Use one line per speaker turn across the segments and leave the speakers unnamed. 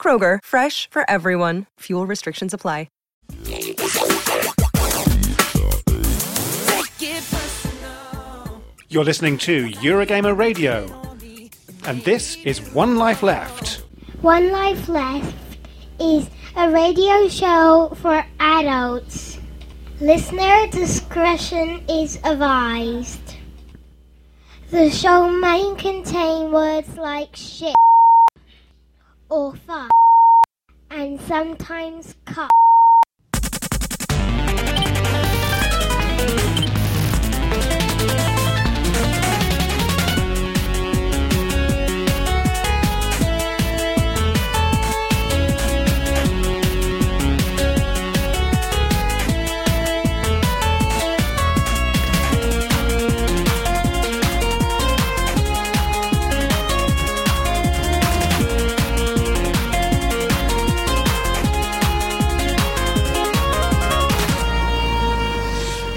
Kroger, fresh for everyone. Fuel restrictions apply.
You're listening to Eurogamer Radio, and this is One Life Left.
One Life Left is a radio show for adults. Listener discretion is advised. The show may contain words like shit or fuck and sometimes cut.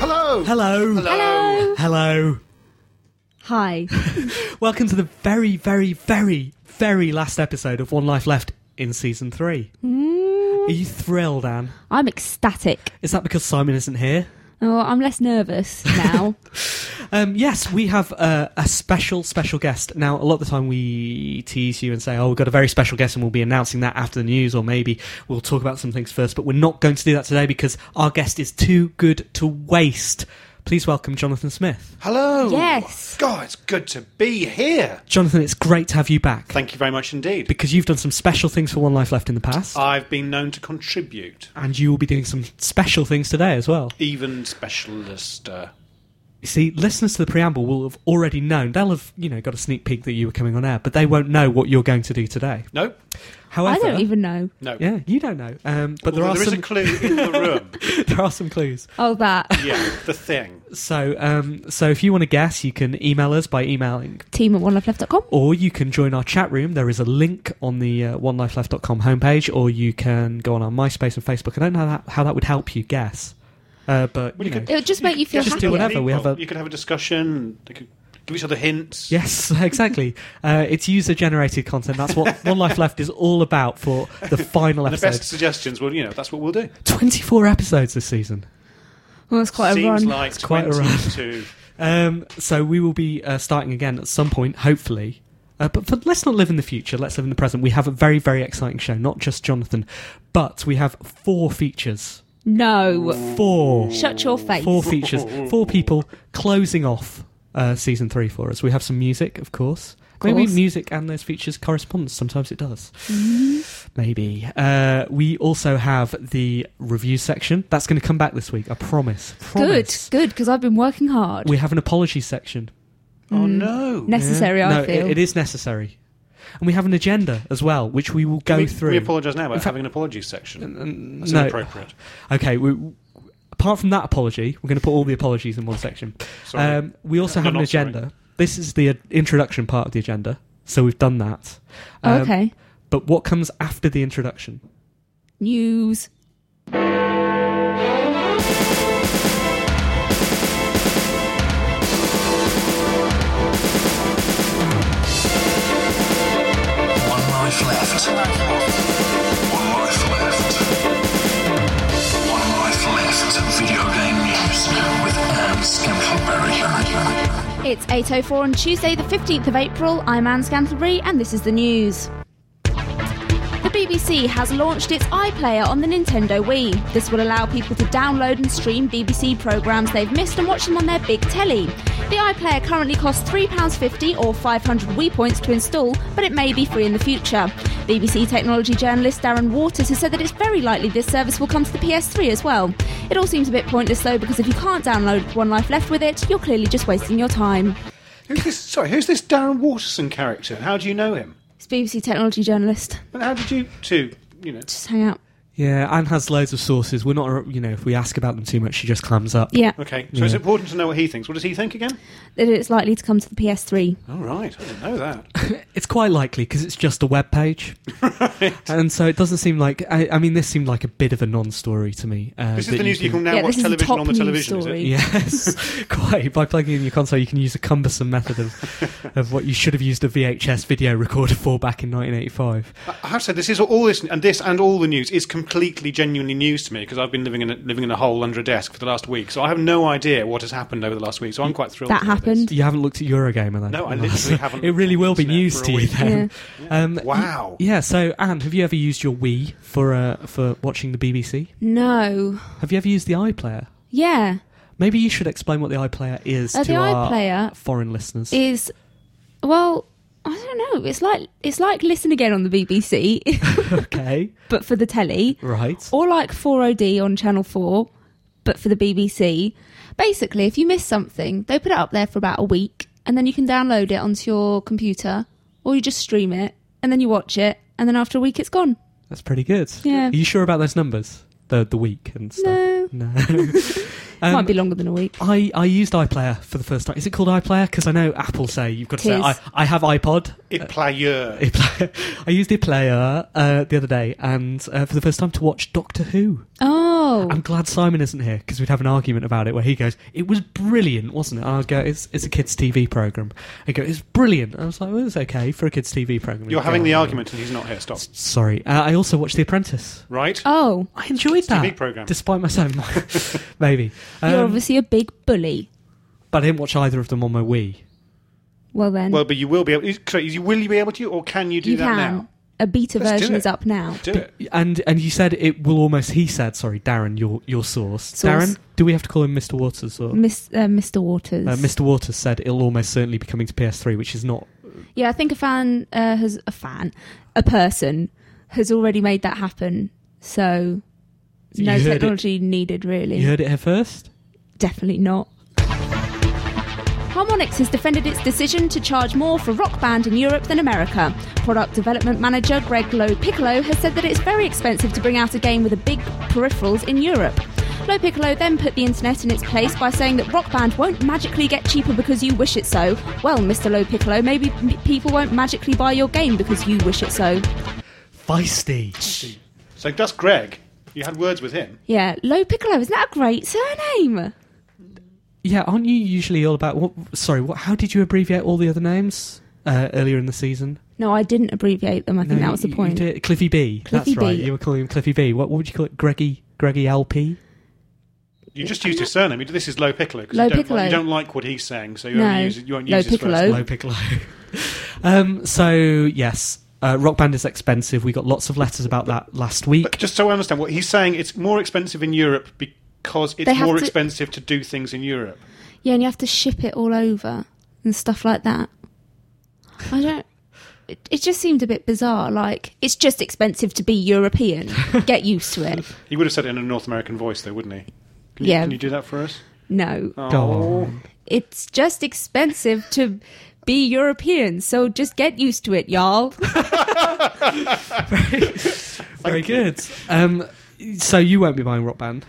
Hello!
Hello. Hello.
Hello.
Hi.
Welcome to the very, very, very, very last episode of One Life Left in season three.
Hmm.
Are you thrilled, Anne?
I'm ecstatic.
Is that because Simon isn't here?
Oh, I'm less nervous now.
Um, yes, we have uh, a special, special guest. Now, a lot of the time we tease you and say, oh, we've got a very special guest and we'll be announcing that after the news, or maybe we'll talk about some things first, but we're not going to do that today because our guest is too good to waste. Please welcome Jonathan Smith.
Hello!
Yes.
God, it's good to be here.
Jonathan, it's great to have you back.
Thank you very much indeed.
because you've done some special things for One Life Left in the past,
I've been known to contribute,
and you will be doing some special things today as well.
even specialist. Uh,
You see, listeners to the preamble will have already known. They'll have, you know, got a sneak peek that you were coming on air, but they won't know what you're going to do today.
no,
However,
I don't even know.
no.
Yeah, you don't know. Um, but there
Although
are
there is
some
a clue in the room.
there are some clues.
Oh, that.
Yeah, the thing.
So, um, so if you want to guess, you can email us by emailing
Team at onelifeleft.com.
or you can join our chat room. There is a link on the uh, onelifeleft.com homepage, or you can go on our MySpace and Facebook. I don't know how that, how that would help you guess, uh, but
Well,
you
you
know,
could-
It would just make you feel
Just
happier.
do whatever. We have
People,
a-
You could have a discussion. They could give each other hints.
yes, exactly. uh, it's user-generated content. That's what One Life Left is all about for the final
And the best
episode.
suggestions. Well, you know, that's what we'll do.
Twenty-four episodes this season.
Well, it's Oh, quite
Seems
a run.
like
quite a run.
22.
Um, so we will be uh, starting again at some point, hopefully. Uh, but, but let's not live in the future. Let's live in the present. We have a very, very exciting show. Not just Jonathan, but we have four features.
no.
Four.
Shut your face.
Four features. Four people closing off uh, season three for us. We have some music, of course. Maybe
course.
music and those features correspond. Sometimes it does.
Mm-hmm.
Maybe. Uh, we also have the review section. That's going to come back this week. I promise.
Good,
Promise.
good, because I've been working hard.
We have an apology section.
Oh
Mm.
no!
Necessary,
Yeah.
I
no,
feel.
it- it is necessary. And we have an agenda as well, which we will go
we,
through.
We apologise now about having an apology section. That's
no.
inappropriate.
Okay, we, apart from that apology, we're going to put all the apologies in one section.
Sorry.
Um, we also
No,
have an
not sorry.
agenda. This is the uh, introduction part of the agenda, so we've done that.
Oh,
Um,
okay.
But what comes after the introduction?
News.
One life left. One life left. One life left. Video game news with Anne Scantleberry.
It's 8.04 on Tuesday, the 15th of April. I'm Anne Scantlebury, and this is the news. The BBC has launched its iPlayer on the Nintendo Wii. This will allow people to download and stream BBC programmes they've missed and watch them on their big telly. The iPlayer currently costs £3.50 or 500 Wii points to install, but it may be free in the future. BBC technology journalist Darren Waters has said that it's very likely this service will come to the PS3 as well. It all seems a bit pointless though, because if you can't download One Life Left with it, you're clearly just wasting your time.
Who's this, sorry, who's this Darren Waterson character? How do you know him?
It's BBC technology journalist.
And how did you two, you know,
Just hang out.
Yeah, Anne has loads of sources. We're not, you know, if we ask about them too much, she just clams up.
Yeah,
Okay, so it's
Yeah. Uh,
important to know what he thinks. What does he think again?
that it's likely to come to the PS3.
All right, I didn't know that.
It's quite likely because it's just a web page, and so it doesn't seem like. I, I mean, this seemed like a bit of a non-story to me. Uh,
This is
that
the news you can now
Yeah,
watch
this is the
television
top
on the
news
television,
story.
is it?
Yes, quite. By plugging in your console, you can use a cumbersome method of, of what you should have used a VHS video recorder for back in 1985.
I I have said this is all this and this and all the news is completely genuinely news to me because I've been living in a, living in a hole under a desk for the last week, so I have no idea what has happened over the last week. So I'm quite thrilled.
That
to hear
happened.
You haven't looked at Eurogamer then?
No, I literally haven't
It really will be
looked at it
news
for a
to you
week.
then. Um,
this. Wow.
yeah. So, Anne, have you ever used your Wii for uh, for watching the BBC?
No.
Have you ever used the iPlayer?
Yeah.
Maybe you should explain what the iPlayer is
Uh,
to
the
our
iPlayer
foreign listeners.
Is well, I don't know. It's like it's like listen again on the BBC,
okay,
but for the telly,
right.
or like 4OD on Channel 4, but for the BBC. Basically, if you miss something, they put it up there for about a week, and then you can download it onto your computer, or you just stream it, and then you watch it, and then after a week, it's gone.
That's pretty good.
Yeah.
Are you sure about those numbers? The the week and stuff.
No,
No.
it
Um,
might be longer than a week.
I, I used iPlayer for the first time. Is it called iPlayer? Because I know Apple say you've got to say
Tis.
I, I have iPod.
It player.
iPlayer. I used iPlayer uh, the other day and uh, for the first time to watch Doctor Who.
Oh,
I'm glad Simon isn't here because we'd have an argument about it where he goes, "It was brilliant, wasn't it?" And I'd go, "It's it's a kids' TV program." I go, "It's brilliant." And I was like, "Well, it's okay for a kids' TV program."
You're
He'd
having
go,
the
"Oh,
argument and he's not here. Stop.
Sorry, uh, I also watched The Apprentice.
Right?
oh,
I enjoyed that
TV programme.
despite myself. Maybe, um,
you're obviously a big bully.
but I didn't watch either of them on my Wii.
Well then,
Well, but you will be able. So you will you be able to, or can you do
you
that
can.
now?
A beta
Let's do
version
it.
is up now.
Do it.
And and you said it will almost. He said, "Sorry, Darren, your your source.
Source.
Darren, do we have to call him Mr. Waters or
Miss, uh, Mr. Waters.
uh, Mr. Waters said it'll almost certainly be coming to PS3, which is not
Yeah, I think a fan uh, has a fan, a person has already made that happen. So
You
no
heard it-
technology needed really.
You heard it here first.
Definitely not. Harmonix has defended its decision to charge more for Rock Band in Europe than America. Product development manager Greg Low Piccolo has said that it's very expensive to bring out a game with a big peripherals in Europe. Low Piccolo then put the internet in its place by saying that Rock Band won't magically get cheaper because you wish it so. Well, Mr. Low Piccolo, maybe m- people won't magically buy your game because you wish it so.
Feisty.
So that's Greg. You had words with him.
Yeah, Low Piccolo, isn't that a great surname?
Yeah, aren't you usually all about? What, sorry, what, how did you abbreviate all the other names uh, earlier in the season?
No, I didn't abbreviate them. I think
No,
that was the
you- you
point.
did- Cliffy B.
Cliffy
that's right.
B.
You were calling him Cliffy B. What, what would you call it? Greggy Greggy LP.
You just used his surname. This is Low Piccolo. 'cause
Low
you don't,
Piccolo.
Like, you don't like what he's saying, so you,
No.
only use, it- you won't
Low
use his
Piccolo.
first
Low Piccolo. um, so yes, uh, Rock Band is expensive. We got lots of letters about that last week.
But just so I understand, what he's saying, it's more expensive in Europe because
They
it's
have
more
to-
expensive to do things in Europe.
Yeah, and you have to ship it all over and stuff like that. I don't. It, it just seemed a bit bizarre. Like, it's just expensive to be European. Get used to it.
He would have said it in a North American voice, though, wouldn't he? Can you,
Yeah.
Can you do that for us?
No.
Go
Oh.
on.
It's just expensive to be European, so just get used to it, y'all.
Very good. Um, so you won't be buying Rock Band.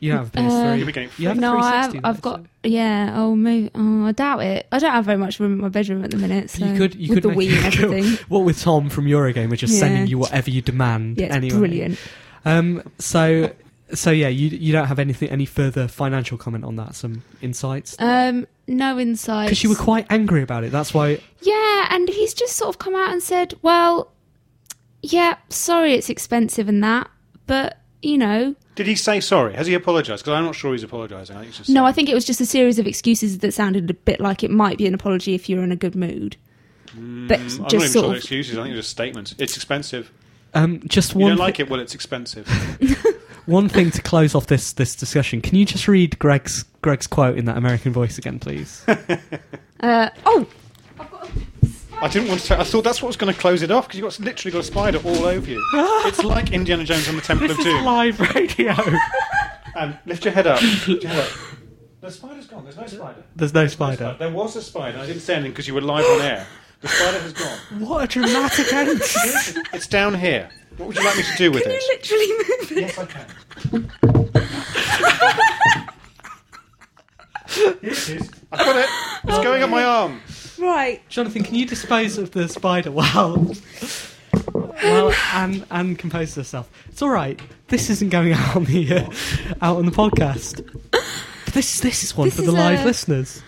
You don't have a PS3.
You'll be getting
you have a
No,
360,
I've,
though,
I've
so-
got. Yeah, oh, maybe. Oh, I doubt it. I don't have very much room in my bedroom at the minute. So
You could, you
uh, with
could
the
make
Wii and
a go-
everything.
What with Tom from Eurogamer just
Yeah.
sending you whatever you demand.
Yeah, it's
anyway.
brilliant.
Um, so, so yeah, you you don't have anything any further financial comment on that? Some insights
Um, no insight.
because you were quite angry about it. That's why.
Yeah, and he's just sort of come out and said, well, yeah, sorry it's expensive and that, but, you know.
Did he say sorry? Has he apologised? Because I'm not sure he's apologising. I think it's just
No, I think it was just a series of excuses that sounded a bit like it might be an apology if you're in a good mood. But
"Hmm, I'm not even
just
sure
sort
they're
of.
excuses. I think they're just statements. It's expensive.
Um, just
You
one
don't like it? Well, it's expensive.
one thing to close off this this discussion. Can you just read Greg's Greg's quote in that American voice again, please?
Uh, oh!
I didn't want to. I thought that's what was going to close it off because you've got literally got a spider all over you. it's like Indiana Jones and the Temple of Doom.
live radio.
And lift your head up. Lift your head up. The spider's gone. There's no spider.
There's no
But
spider.
There was a spider. I didn't say anything because you were live on air. The spider has gone.
What a dramatic end.
It's down here. What would you like me to do with
Can
it?
you literally move it?
yes, I can. Here it is. I've got it. It's going up my arm.
Right.
Jonathan, can you dispose of the spider while while Anne, Anne composes herself? It's all right. This isn't going out on the uh, out on the podcast. But this this is one
This
for the
is
live
a-
listeners.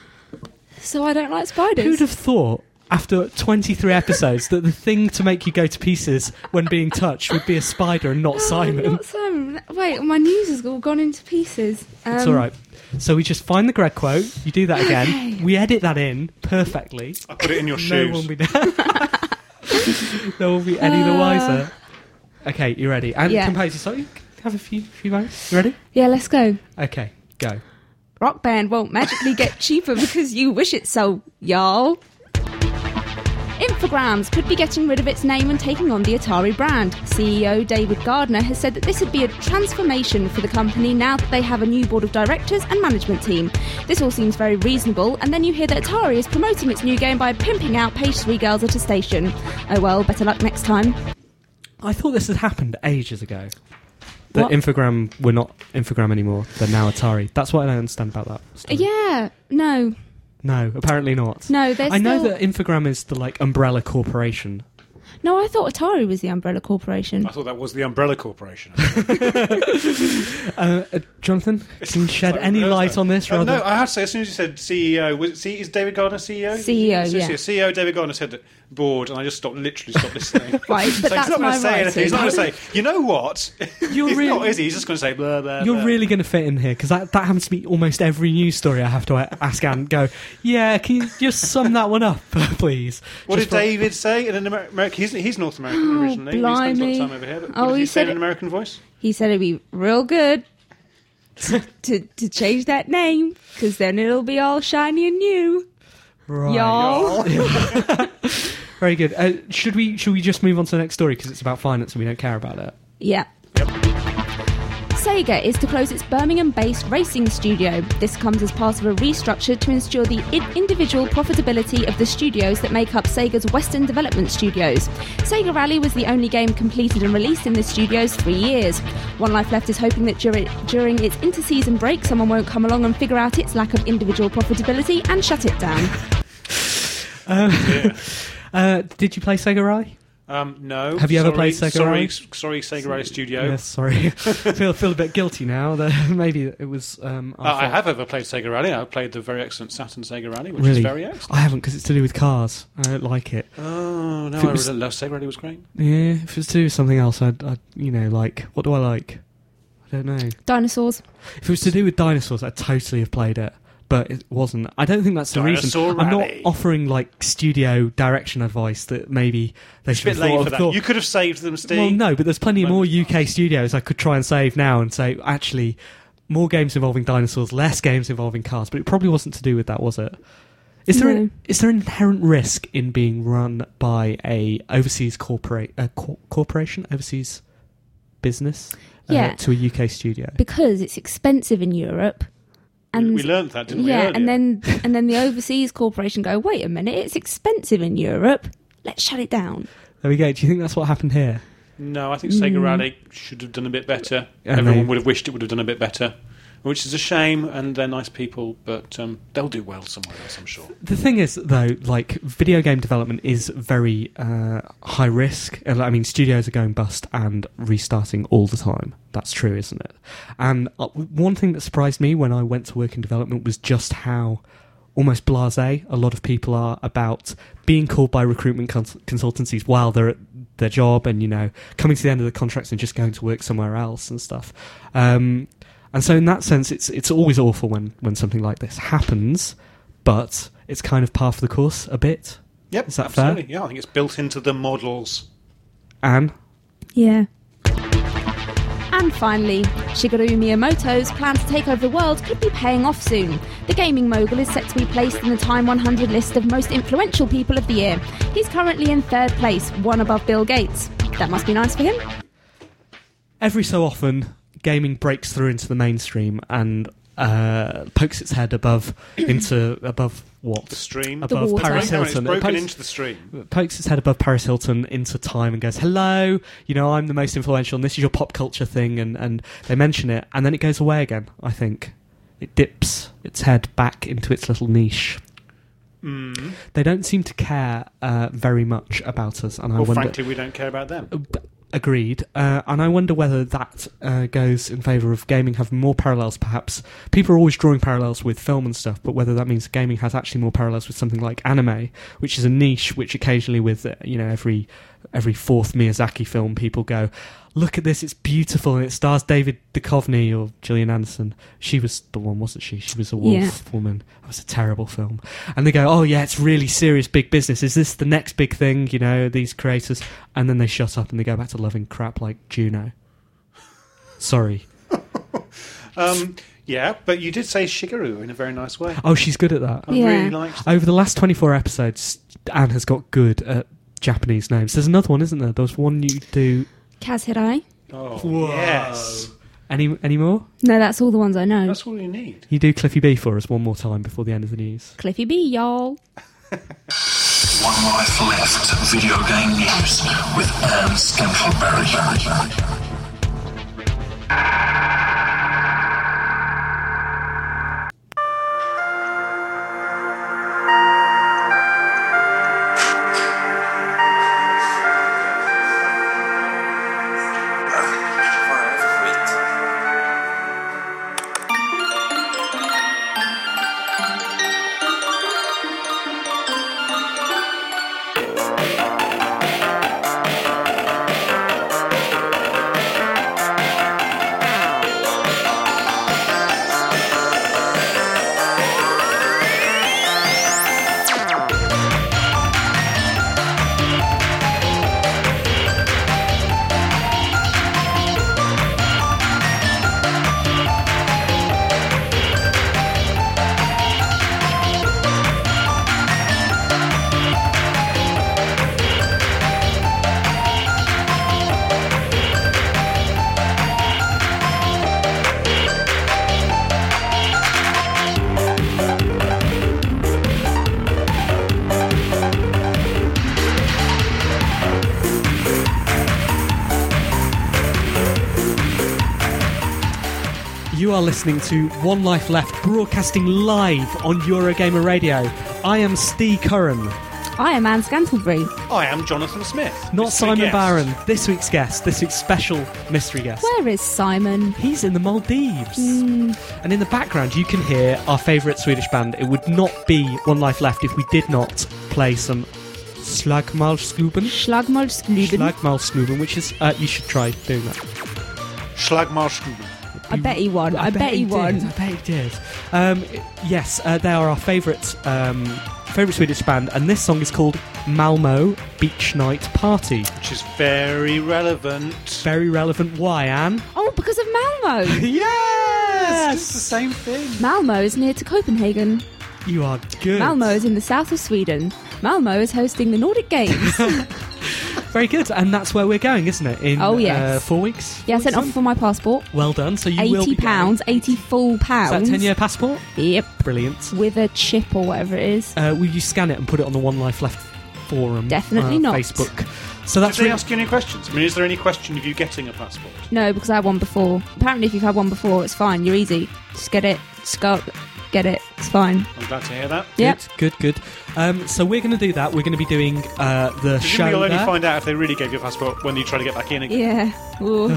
So I don't like spiders.
Who'd have thought? After 23 episodes, that the thing to make you go to pieces when being touched would be a spider and not
Oh,
Simon.
Not Simon. Wait, my news has all gone into pieces. Um,
It's all right. So we just find the Greg quote. You do that again. We edit that in perfectly.
I put it in your
No
shoes.
one will be. no one will be any the wiser. Okay, you ready? And
Uh. Yeah.
compose. So you have a few few moments. You ready?
Yeah, let's go.
Okay, go.
Rock band won't magically get cheaper because you wish it so, y'all. Infograms could be getting rid of its name and taking on the Atari brand. CEO David Gardner has said that this would be a transformation for the company now that they have a new board of directors and management team. This all seems very reasonable, and then you hear that Atari is promoting its new game by pimping out page three girls at a station. Oh well, better luck next time.
I thought this had happened ages ago. The
What?
infogram were not infogram anymore. They're now Atari. That's what I don't understand about that. story.
Yeah, no,
No, apparently not.
no, there's
I know
still...
that Infogram is the like umbrella corporation.
No, I thought Atari was the umbrella corporation.
I thought that was the Umbrella Corporation.
Uh, uh, Jonathan, can you shed
Like,
any
no,
light
no.
on this?
Uh,
Rather,
no, I have to say, as soon as you said CEO, was it, C- E is David Gardner CEO?
CEO,
So-
E yeah.
so CEO E David Gardner said that bored, and I just stopped, literally stopped listening.
Right, but
so he's
that's
not going
my
to say anything. He's not going
writing.
to say, you know what?
You're
he's
really-
not, is he? He's just going to say, blah, blah,
You're
blah.
really going to fit in here because that, that happens to be almost every news story I have to uh, ask Anne. Go, yeah, can you just sum that one up, please?
What
Just
did
for-
David say in an Amer- American... He's, he's North American originally. He spends a lot
Oh, blimey.
of time over here. But
Oh,
what did
he
he say
said
in an
it-
American voice?
He said it'd be real good to, to, to change that name because then it'll be all shiny and new,
Right.
y'all.
Very good. Uh, should we should we just move on to the next story because it's about finance and we don't care about it?
Yeah. Sega is to close its Birmingham based racing studio. This comes as part of a restructure to ensure the i- individual profitability of the studios that make up Sega's Western Development Studios. Sega Rally was the only game completed and released in the studio's three years. One Life Left is hoping that during, during its interseason break, someone won't come along and figure out its lack of individual profitability and shut it down.
Uh, did you play Sega Rally?
Um, no.
Have you ever
Sorry-
played Sega Rally?
Sorry, sorry Sega Rally Studio.
Yes, sorry. feel feel a bit guilty now. That maybe it was. Um, our
Uh, I
fault.
have ever played Sega Rally. I played the very excellent Saturn Sega Rally, which
really.
is very excellent.
I haven't because it's to do with cars. I don't like it.
Oh no,
If it
I
was-
really love Sega Rally. Was great.
Yeah, if it was to do with something else, I'd, I'd you know like what do I like? I don't know.
Dinosaurs.
If it was to do with dinosaurs, I'd totally have played it. But it wasn't. I don't think that's the
Dinosaur
reason. I'm not
Rally.
offering like studio direction advice that maybe they
It's a
should
bit
have
late
thought
for
of
that.
thought-
You could have saved them, Steve.
well, no, but there's plenty more
Moments
UK studios I could try and save now and say actually more games involving dinosaurs, less games involving cars. But it probably wasn't to do with that, was it? Is there
No.
is there an inherent risk in being run by a overseas corporate a cor- corporation, overseas business, uh,
Yeah.
to a UK studio?
Because it's expensive in Europe. And
we learned that, didn't we?
yeah,
earlier?
and then and then the overseas corporation go, wait a minute, it's expensive in Europe. Let's shut it down.
There we go. Do you think that's what happened here?
no, I think
Mm.
Sega Rally should have done a bit better.
And
Everyone
they-
would have wished it would have done a bit better, which is a shame. And they're nice people, but um, they'll do well somewhere else, I'm sure.
The thing is, though, like video game development is very uh, high risk. Uh, I mean, studios are going bust and restarting all the time. That's true, isn't it? And uh, w- one thing that surprised me when I went to work in development was just how almost blasé a lot of people are about being called by recruitment cons- consultancies while they're at their job and you know coming to the end of the contracts and just going to work somewhere else and stuff. Um, and so, in that sense, it's it's always awful when when something like this happens but it's kind of par for the course a bit.
Yep,
Is that fair?
absolutely. Yeah, I think it's built into the models.
Anne,
Yeah. And finally, Shigeru Miyamoto's plan to take over the world could be paying off soon. The gaming mogul is set to be placed in the Time 100 list of most influential people of the year. He's currently in third place, one above Bill Gates. That must be nice for him.
every so often, gaming breaks through into the mainstream, and uh, pokes its head above into above what
The stream.
The
above
water.
Paris
Hang on,
Hilton. It
it's broken
pokes-
into the stream.
pokes its head above Paris Hilton into time and goes, "Hello, you know I'm the most influential, and this is your pop culture thing." And and they mention it, and then it goes away again. I think it dips its head back into its little niche. They don't seem to care uh, very much about us, and I
Well,
wonder. Uh,
frankly, we don't care about them.
B- Agreed, uh, and I wonder whether that uh, goes in favour of gaming having more parallels. Perhaps people are always drawing parallels with film and stuff, but whether that means gaming has actually more parallels with something like anime, which is a niche which occasionally, with uh, you know every every fourth Miyazaki film, people go, "Look at this, it's beautiful," and it stars David Duchovny or Gillian Anderson. She was the one, wasn't she? She was a wolf
Yeah.
woman. That was a terrible film. And they go, oh yeah, it's really serious big business. Is this the next big thing? You know, these creators. And then they shut up and they go back to loving crap like Juno. Sorry.
Um, yeah, but you did say Shigeru in a very nice way.
Oh, she's good at that.
I
Yeah.
really liked that.
Over the last 24 episodes, Anne has got good at Japanese names. There's another one, isn't there? There's one you do.
Kazuhirai.
Oh,
Whoa.
yes.
Any, any more?
No, that's all the ones I know.
That's all you need.
You do Cliffy B for us one more time before the end of the news.
Cliffy B, y'all.
One Life Left Video Game News with Anne Scantleberry.
You are listening to One Life Left, broadcasting live on Eurogamer Radio. I am Steve Curran.
I am Anne Scantlebury.
I am Jonathan Smith.
Not
It's a
Simon
guest.
Barron. This week's guest, this week's special mystery guest.
Where is Simon? Hmm,
He's in the Maldives. And in the background, you can hear our favourite Swedish band. It would not be One Life Left if we did not play some Slagmalsgruben.
Schlagmoldsgluben.
Slagmalsgruben, which is, uh, you should try doing that.
Schlagmarschgruben.
I bet he won. I, bet he won.
did. I bet he did. Um, yes, uh, they are our favourite um, favourite Swedish band, and this song is called Malmo Beach Night Party.
Which is very relevant.
Very relevant. Why, Anne?
Oh, because of Malmo.
Yes!
Yes,
It's the same thing.
Malmo is near to Copenhagen.
you are good.
Malmo is in the south of Sweden. Malmo is hosting the Nordic Games.
Very good, and that's where we're going, isn't it? In
Oh,
uh,
yes.
four weeks.
yeah, I sent off for my passport.
Well done. So you will
Eighty
be going.
pounds, eighty full
Is that
pounds.
ten year passport?
Yep,
Brilliant.
with a chip or whatever it is.
Uh, will you scan it and put it on the One Life Left forum?
Definitely
uh,
not.
Facebook. So that's
Did they
really-
ask you any questions? I mean, is there any question of you getting a passport?
No, because I had one before. Apparently, if you've had one before, it's fine. You're easy. Just get it. Just go. Get it. It's fine.
I'm glad to hear that.
Yep.
Good, good, good. Um, so we're going to do that. We're going to be doing uh, the
Presumably
show.
you'll only
there.
find out if they really gave you a passport when you try to get back in again.
Yeah. Ooh.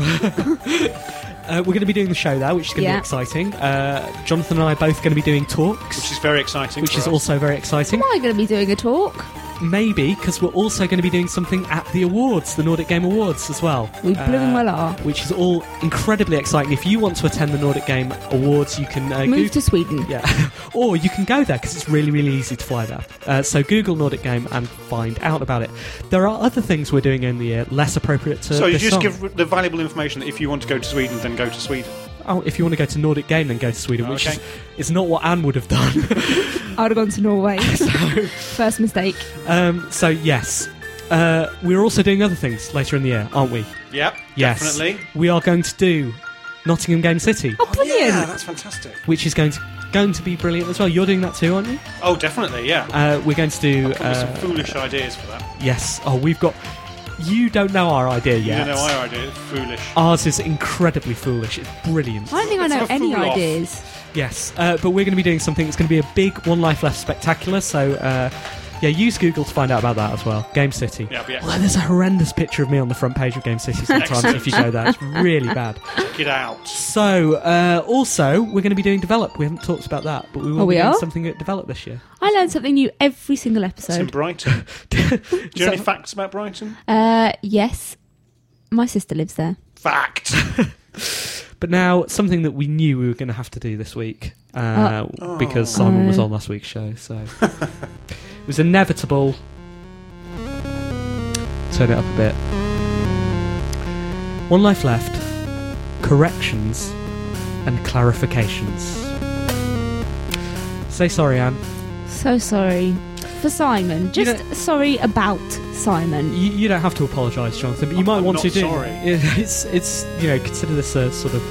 Uh, we're going to be doing the show there, which is going to
Yeah.
be exciting. Uh, Jonathan and I are both going to be doing
Which
talks,
is very exciting.
which
for
is
us.
also very exciting.
Am I going to be doing a talk?
Maybe because we're also going to be doing something at the awards, the Nordic Game Awards as well. Uh,
We blooming well are.
Which is all incredibly exciting. If you want to attend the Nordic Game Awards, you can uh,
Move
Goog-
to Sweden.
Yeah, or you can go there because it's really, really easy to fly there. Uh, so Google Nordic Game and find out about it. There are other things we're doing in the year less appropriate to.
So you
this
just
song.
give the valuable information that if you want to go to Sweden, then go to Sweden.
Oh, if you want to go to Nordic Game, then go to Sweden, which
Okay.
is, is not what Anne would have done.
I would have gone to Norway. First mistake.
um, so yes, uh, we're also doing other things later in the year, aren't we?
Yep,
Yes,
definitely.
We are going to do Nottingham Game City,
Oh, brilliant!
Yeah, that's fantastic.
which is going to going to be brilliant as well. You're doing that too, aren't you?
Oh, definitely, yeah.
Uh, we're going to do.
Come with some
Uh,
foolish ideas for that.
yes. Oh, we've got. You don't know our idea yet.
You know, our idea is foolish.
Ours is incredibly foolish. It's brilliant.
I don't think I
It's
know
a
any
fool-off.
ideas.
Yes, uh, but we're going to be doing something that's going to be a big one life left spectacular. So, uh, yeah, use Google to find out about that as well. Game City.
Yeah, but yeah.
Although there's a horrendous picture of me on the front page of Game City sometimes if you go there. It's really bad.
Get out.
So, uh, also, we're going to be doing Develop. We haven't talked about that, but we will
Oh, we
be
are?
doing something at Develop this year.
I learn something new every single
It's in
episode.
Brighton. Do you know any
So-
facts about Brighton?
Uh, yes, my sister lives there.
Fact.
But now, something that we knew we were going to have to do this week uh, because Simon was
Oh.
on last week's show, so it was inevitable. Turn it up a bit. One life left. Corrections and clarifications. Say sorry, Anne.
So sorry for Simon.
You
Just sorry about Simon.
You, you don't have to apologise, Jonathan, but you might
I'm
want
not
to do.
sorry.
It's it's you know consider this a sort of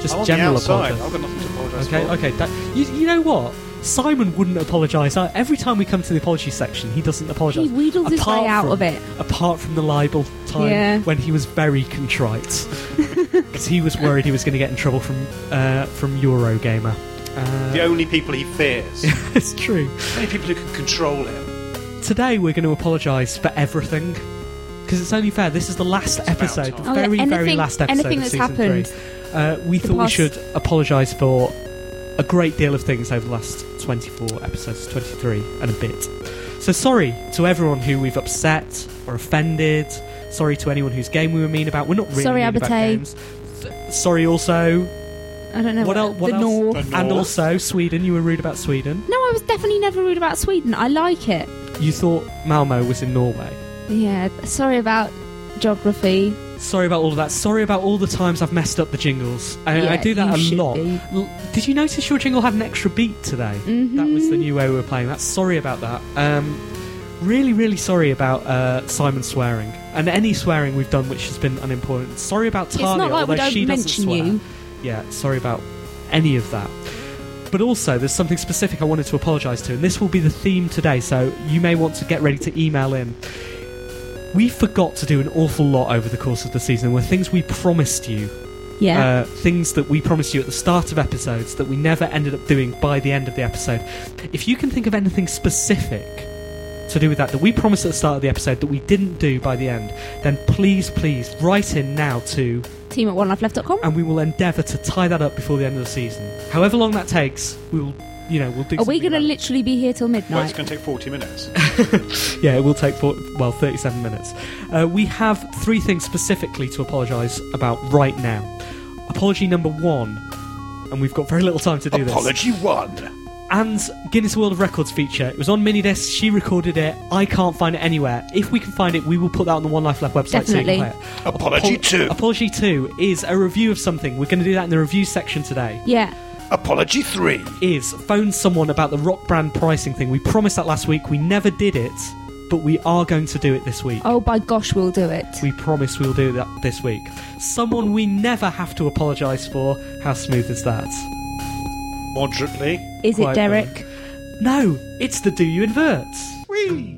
just
I'm on the
general
outside.
apology.
I've got nothing to apologise
Okay,
for.
okay. That, you, you know what? Simon wouldn't apologise. Uh, Every time we come to the apology section, he doesn't apologise.
He wheedles his
Apart
way out
from-
of it.
Apart from the libel time
Yeah.
when he was very contrite, because he was worried he was going to get in trouble from uh, from Eurogamer. Uh,
The only people he fears. the
it's true.
only people who can control him.
Today we're going to apologise for everything. Because it's only fair. This is the last
about
episode, the
time.
Oh, yeah,
very, very
anything-
last episode
anything that's
of season
happened
three. Uh, we
the
thought we
past-
should apologise for a great deal of things over the last 24 episodes, 23 and a bit. So sorry to everyone who we've upset or offended. Sorry to anyone whose game we were mean about. We're not really
Sorry,
mean about
Abate.
games. S- Sorry also.
I don't know
what el- what
the
else?
North.
The
And
North.
also Sweden. You were rude about Sweden.
No, I was definitely never rude about Sweden. I like it.
You thought Malmo was in Norway.
Yeah, sorry about geography.
Sorry about all of that. Sorry about all the times I've messed up the jingles. I, I
Yeah,
do that
you
a
should
lot.
be. Mm-hmm.
L- Did you notice your jingle had an extra beat today? That was the new way we were playing that. Sorry about that. Um, really, really sorry about uh, Simon swearing and any swearing we've done which has been unimportant. Sorry about Tanya,
not like we
although
don't
she doesn't
mention
swear.
you.
Yeah, sorry about any of that. But also, there's something specific I wanted to apologise to, and this will be the theme today, so you may want to get ready to email in. We forgot to do an awful lot over the course of the season. Were things we promised you,
Yeah.
uh, things that we promised you at the start of episodes that we never ended up doing by the end of the episode. If you can think of anything specific to do with that that we promised at the start of the episode that we didn't do by the end, then please, please write in now to
Team at onelifeleft.com.
and we will endeavour to tie that up before the end of the season. However long that takes, we will, you know, we'll do.
Are we
something
going to
about
literally be here till
Well, it's
midnight?
going to take 40 minutes.
it. Yeah, it will take four, well thirty-seven minutes. Uh, we have three things specifically to apologise about right now. Apology number one, and we've got very little time to do this.
Apology one.
Anne's Guinness World of Records feature. It was on minidisc. She recorded it. I can't find it anywhere. If we can find it, we will put that on the One Life Left website
Definitely.
so you can play it.
Apology two.
Apology two is a review of something. We're going to do that in the review section today.
yeah.
Apology three.
Is phone someone about the rock brand pricing thing. We promised that last week. We never did it, but we are going to do it this week.
Oh, by gosh, we'll do it.
We promise we'll do that this week. Someone we never have to apologise for. How smooth is that?
Moderately.
Is it
quite
Derek?
No, it's the Do You Invert.
Whee!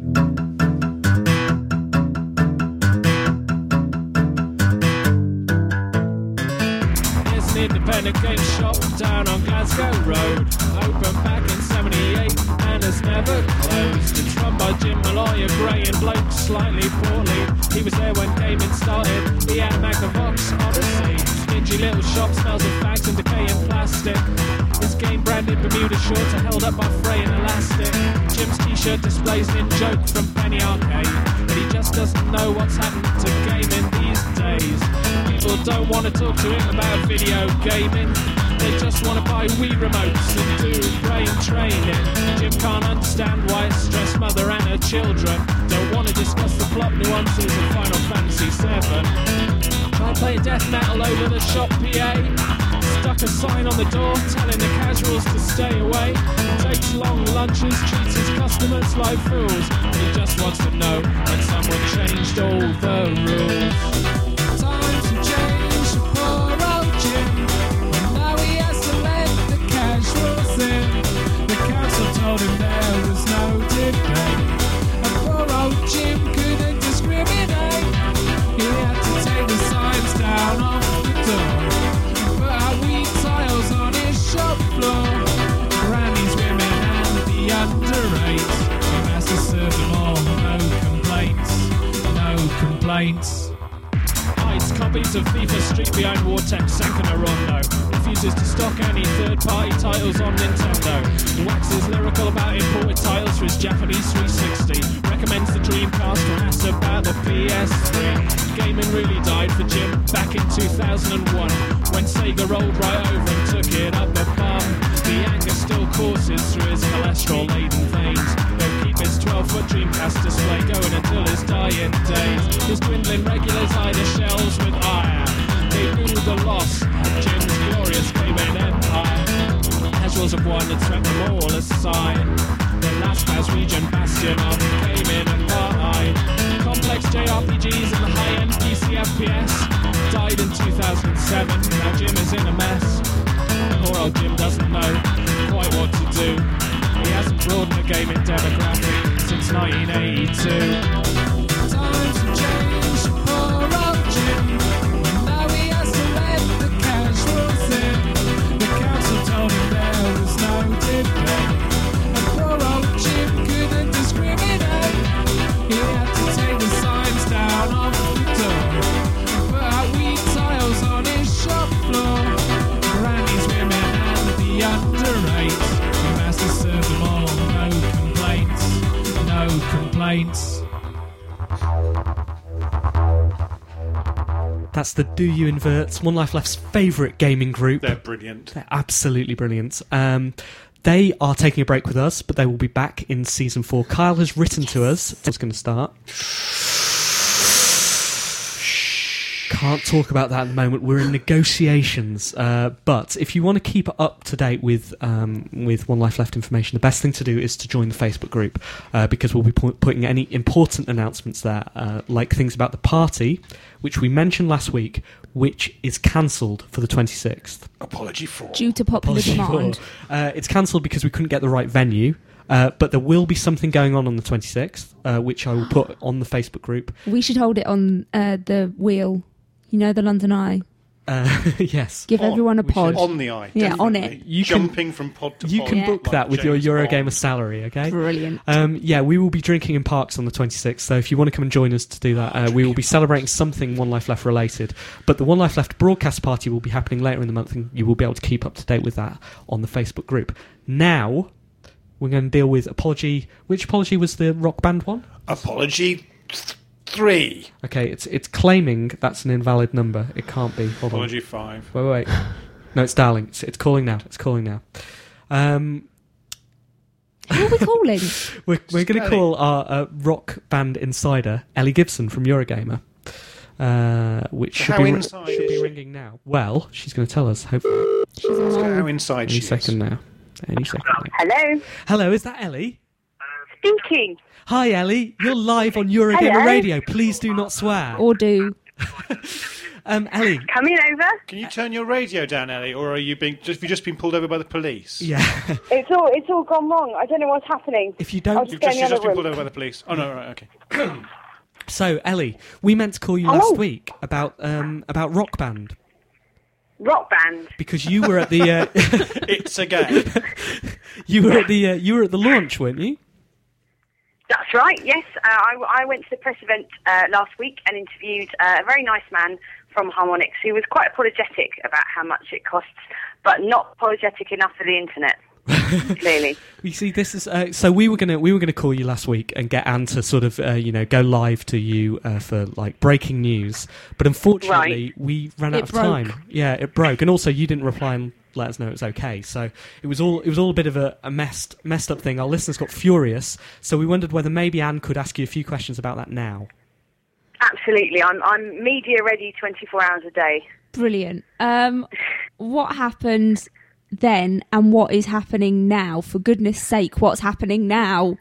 It's an independent game shop down on Glasgow Road. Open back in 78 and has never closed. It's run by Jim Malloy, a grey and bloke, slightly poorly. He was there when gaming started. He had a Magnavox Odyssey. Dingy little shop smells of fags and decaying plastic. His game branded Bermuda shorts are held up by fray and elastic. Jim's t-shirt displays an in joke from Penny Arcade. But he just doesn't know what's happened to gaming these days. People don't want to talk to him about video gaming. They just want to buy Wii remotes and do brain training. Jim can't understand why it's stressed mother and her children don't want to discuss the plot nuances of Final Fantasy VII. I play death metal over the shop PA. Stuck a sign on the door telling the casuals to stay away. Takes long lunches, treats his customers like fools. He just wants to know when someone changed all the rules. Times have changed for poor old Jim. complaints. Hides copies of FIFA Street behind Wartech Sakana Rondo. Refuses to stock any third party titles on Nintendo. Waxes lyrical about imported titles for his Japanese 360. Recommends the Dreamcast and asks about the PS3. Gaming really died for Jim back in 2001 when Sega rolled right over and took it up the bum. The anger still courses through his cholesterol laden veins. He'll keep his 12 foot Dreamcast display going until his dying days. His dwindling regulars eye the shells with ire. They knew the loss of Jim's glorious gaming empire. Casuals have won and swept them all aside. The last pass region bastion of gaming apartheid. Complex JRPGs and high end PC FPS. Died in 2007. Now Jim is in a mess. Poor old Jim doesn't know quite what to do. He hasn't broadened the gaming demographic since 1982. Times have changed for old Jim. Now he has to let the casuals in. The council told him there was no debate. And poor old Jim couldn't discriminate. He had to take the signs down off the door. and Put out wheat tiles on his shop floor. Granny's women and the underage. He must have served them all. No complaints. No complaints.
That's the Do You Inverts, One Life Left's favourite gaming group.
They're brilliant.
They're absolutely brilliant. Um, they are taking a break with us, but they will be back in season four. Kyle has written to us. It's going to start. Can't talk about that at the moment. We're in negotiations. Uh, but if you want to keep up to date with um, with One Life Left information, the best thing to do is to join the Facebook group uh, because we'll be pu- putting any important announcements there, uh, like things about the party, which we mentioned last week, which is cancelled for the 26th.
Apology for.
due to popular demand.
Uh, it's cancelled because we couldn't get the right venue. Uh, but there will be something going on on the 26th, uh, which I will put on the Facebook group.
We should hold it on uh, the wheel. You know the London Eye.
Uh, yes.
Give everyone a pod.
On the eye.
Yeah, on it.
definitely.
You can-
Jumping from pod to pod.
You can
Yeah.
book
like
that with your
James Bond.
Eurogamer salary, okay?
Brilliant.
Um, yeah, we will be drinking in parks on the 26th, so if you want to come and join us to do that, uh, we will be celebrating something One Life Left related. But the One Life Left broadcast party will be happening later in the month, and you will be able to keep up to date with that on the Facebook group. Now, we're going to deal with apology. Which apology was the rock band one?
Apology th- three.
Okay, it's it's claiming that's an invalid number. It can't be. Hold on.
Apology five.
Wait, wait, wait. No, it's darling. It's, it's calling now. It's calling now. Um,
Who are we calling?
we're we're going to
Ellie.
call our uh, rock band insider Ellie Gibson from Eurogamer, uh, which should
How
be, ri-
inside
should
is
be
she?
ringing now. Well, she's going to tell us. Hopefully,
How inside
any
she
second
is.
now. Any second. Now.
Hello.
Hello, is that Ellie?
Speaking.
Hi, Ellie. You're live on Eurogamer
Hello.
Radio. Please do not swear.
or do?
Um, Ellie.
Coming over.
Can you turn your radio down, Ellie, or are you being just? Have you just been pulled over by the police?
Yeah.
It's all it's all gone wrong. I don't know what's happening.
If you don't-
I'll just
You've
go
just,
in the
you've
other
just been pulled
room.
over by the police. Oh no, right, okay.
So, Ellie, we meant to call you
Hello.
last week about um, about rock band
Rock band.
because you were at the uh,
It's a game.
you were at the uh, you were at the launch, weren't you?
That's right. Yes, uh, I, I went to the press event uh, last week and interviewed uh, a very nice man from Harmonix who was quite apologetic about how much it costs, but not apologetic enough for the internet. clearly.
You see, this is uh, so we were gonna we were gonna call you last week and get Anne to sort of uh, you know go live to you uh, for like breaking news, but unfortunately we ran out
It
of
broke.
time. Yeah, it broke, and also you didn't reply and let us know it was okay. So it was all it was all a bit of a, a messed messed up thing. Our listeners got furious, so we wondered whether maybe Anne could ask you a few questions about that now.
Absolutely. I'm I'm media ready 24 hours a day.
Brilliant. Um, what happened then and what is happening now? For goodness sake, what's happening now?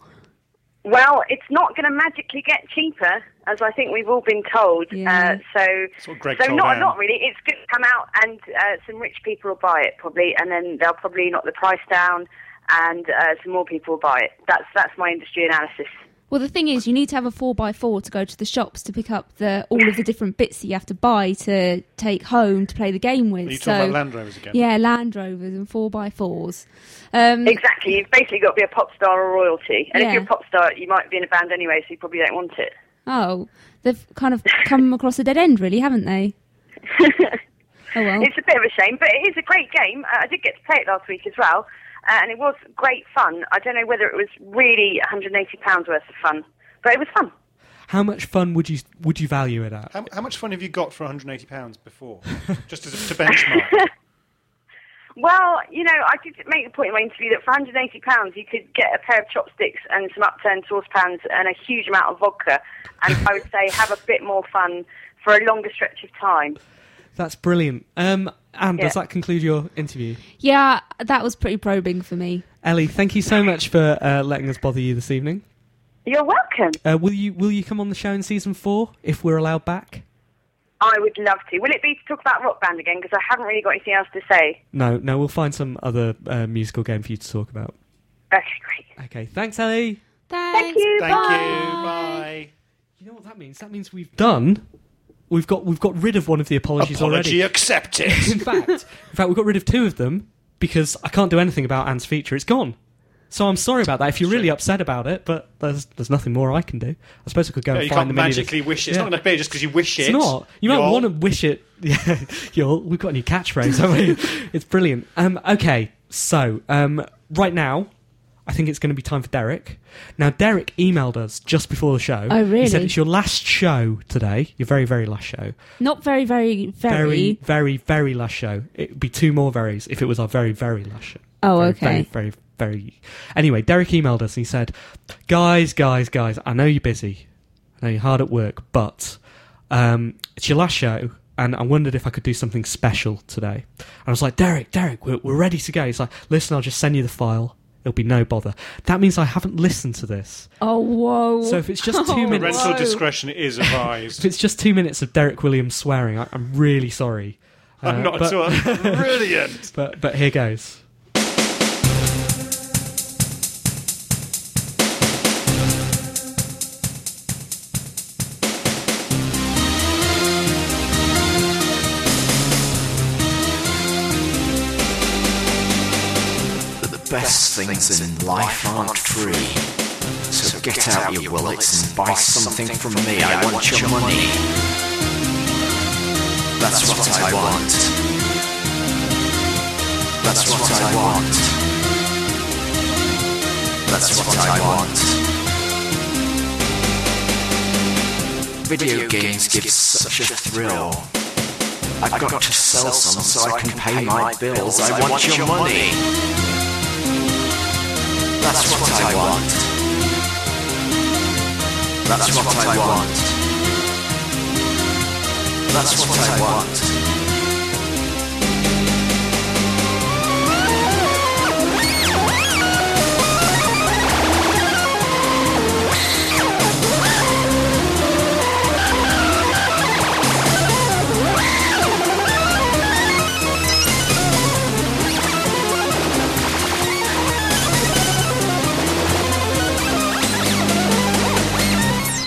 Well, it's not going to magically get cheaper, as I think we've all been told.
Yeah.
Uh, so,
what Greg
so
told
not
Anne.
not really. It's going to come out, and uh, some rich people will buy it probably, and then they'll probably knock the price down, and uh, some more people will buy it. That's that's my industry analysis.
Well, the thing is, you need to have a 4x4 to go to the shops to pick up the all of the different bits that you have to buy to take home to play the game with.
Are you
so,
talking about Land Rovers again?
yeah, Land Rovers and 4x4s. Um,
Exactly. You've basically got to be a pop star or royalty, and
Yeah.
if you're a pop star, you might be in a band anyway, so you probably don't want it.
Oh, They've kind of come across a dead end, really, haven't they? oh well.
It's a bit of a shame, but it is a great game. Uh, I did get to play it last week as well, uh, and it was great fun. I don't know whether it was really £180 worth of fun, but it was fun.
How much fun would you would you value it at?
How, how much fun have you got for 180 pounds before? Just as a, to benchmark.
Well, you know, I did make the point in my interview that for £180, you could get a pair of chopsticks and some upturned saucepans and a huge amount of vodka, and I would say have a bit more fun for a longer stretch of time.
That's brilliant. Um, and does
Yeah.
that conclude your interview?
Yeah, that was pretty probing for me.
Ellie, thank you so much for uh, letting us bother you this evening.
You're welcome.
Uh, will you will you come on the show in season four if we're allowed back?
I would love to. Will it be to talk about Rock Band again? Because I haven't really got anything else to say.
No, no, we'll find some other uh, musical game for you to talk about.
Okay, great.
Okay, thanks, Ellie.
Thanks.
Thank you.
Thank
Bye.
you. Bye.
You know what that means? That means we've done. We've got we've got rid of one of the apologies
Apology
already.
accepted.
In fact, in fact, we got rid of two of them because I can't do anything about Anne's feature. It's gone. So I'm sorry about that. If you're really upset about it, but there's there's nothing more I can do. I suppose I could go
No,
and
you
find
can't
the menu that's-
magically wish it. It's
Yeah.
not going to be just because you wish it.
It's not. You might
You'll-
want to wish it. Yeah, you'll. We've got a new catchphrase, haven't we? It's brilliant. Um, okay, so um, right now, I think it's going to be time for Derek. Now, Derek emailed us just before the show.
Oh, really?
He said it's your last show today. Your very, very last show.
Not very, very,
Very,
very.
very, very last show. It'd be two more verys if it was our very, very last show.
Oh,
Very,
okay.
Very, very, very. Anyway, Derek emailed us and he said, "Guys, guys, guys, I know you're busy. I know you're hard at work, but um, it's your last show, and I wondered if I could do something special today." And I was like, "Derek, Derek, we're, we're ready to go." He's like, "Listen, I'll just send you the file. It'll be no bother." That means I haven't listened to this.
Oh, whoa.
So if it's just two
two
minutes-
Parental discretion is
If
advised.
it's just two minutes of Derek Williams swearing, I, I'm really sorry.
I'm
Uh,
not
but-
sure. Brilliant.
But but here goes.
But the best things in life aren't free. So get out your wallets and buy something from me. I want your money. That's what I want. That's what I want. That's what I want. Video games give such a thrill. I've got to sell some so I can pay my bills. I want your money. That's what I want. That's what I want. That's what I want.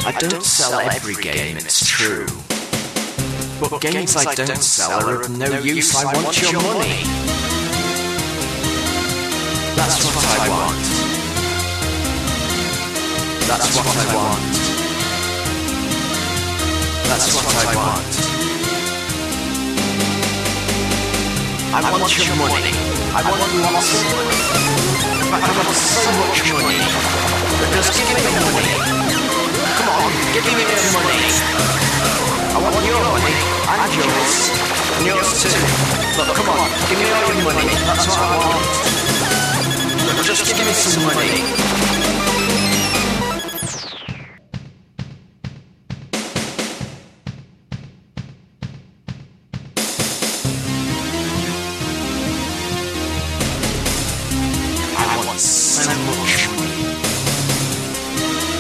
I don't sell every game, it's true. But games I don't sell are of no use. I want your money. That's what I want. That's what I want. That's what I want. I want your money. I want lots of money. I want so much money. Just give me the money. Come on, give me the money. I want your money. And yours. And yours too. Look, come on, give me all your money. That's what I want. Just give me some money. I want so much money.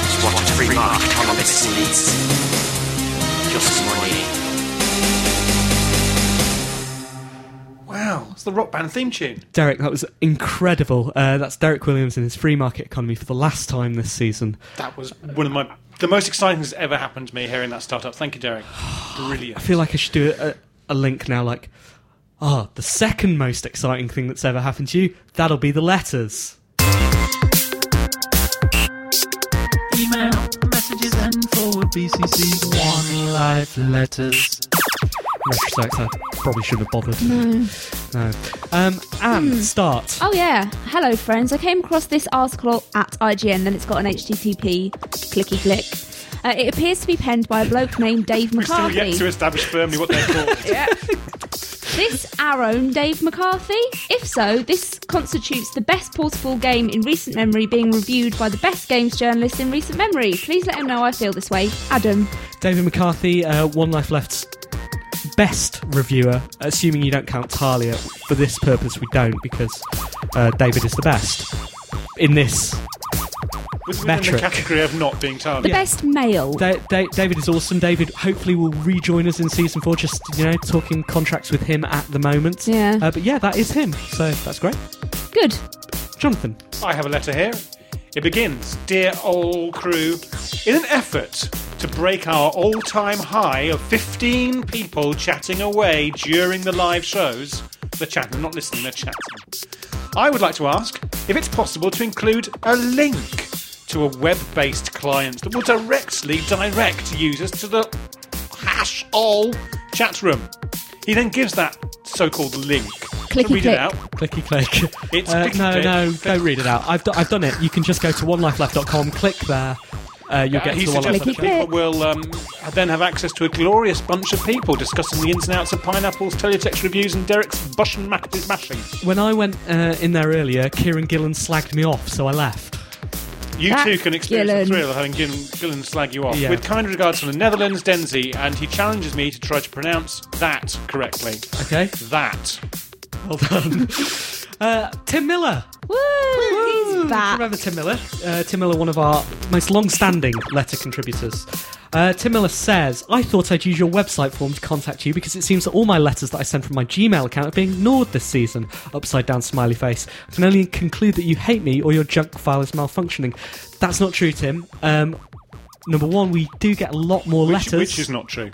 It's what a free market economist needs. Just money.
Wow, it's the rock band theme tune.
Derek, that was incredible. Uh, that's Derek Williams in his free market economy for the last time this season.
That was one of my the most exciting things that's ever happened to me hearing that startup. Thank you, Derek. Brilliant.
I feel like I should do a, a link now, like, ah, the second most exciting thing that's ever happened to you, that'll be the letters.
email, messages, and forward BCC One Life Letters.
Retrospect, I probably shouldn't have bothered. No. No. Um, and start.
Oh yeah. Hello friends. I came across this article at IGN and it's got an HTTP clicky click. Uh, it appears to be penned by a bloke named Dave
We're still
McCarthy.
yet to establish firmly what they're called.
This our own Dave McCarthy? If so, this constitutes the best portable game in recent memory being reviewed by the best games journalist in recent memory. Please let him know I feel this way. Adam.
David McCarthy, uh, One Life Left's best reviewer, assuming you don't count Talia. For this purpose, we don't, because uh, David is the best in this.
Within the
Metric.
category of not being
The
targeted.
best male.
Da- da- David is awesome. David hopefully will rejoin us in season four, just, you know, talking contracts with him at the moment.
Yeah.
Uh, but yeah, that is him. So that's great.
Good.
Jonathan.
I have a letter here. It begins Dear old crew, in an effort to break our all time high of 15 people chatting away during the live shows, they're chatting, they're not listening, they're chatting. I would like to ask if it's possible to include a link to a web based client that will directly direct users to the hash all chat room. He then gives that so called link. Clicky read
click.
it out.
Clicky click.
It's
uh,
clicky
no,
click.
no, don't read it out. I've, do- I've done it. You can just go to onelifeleft.com, click there. Uh, you'll
Yeah,
get
he
to the one life
suggests
left.
that
Clicky click.
people will um, then have access to a glorious bunch of people discussing the ins and outs of pineapples, teletext reviews, and Derek's bush and mac- mashing.
When I went uh, in there earlier, Kieran Gillan slagged me off, so I left.
You
That's
too can experience
Gillan.
the thrill of having Gillan, Gillan slag you off.
Yeah.
With kind regards from the Netherlands, Denzi, and he challenges me to try to pronounce that correctly.
Okay,
That.
well done. uh, Tim Miller.
Woo! He's back.
Remember Tim Miller? Uh, Tim Miller, one of our most long-standing letter contributors. Uh, Tim Miller says, "I thought I'd use your website form to contact you because it seems that all my letters that I send from my Gmail account are being ignored this season." Upside down smiley face. I can only conclude that you hate me or your junk file is malfunctioning. That's not true, Tim. Um, number one, we do get a lot more
Which,
letters.
which is not true.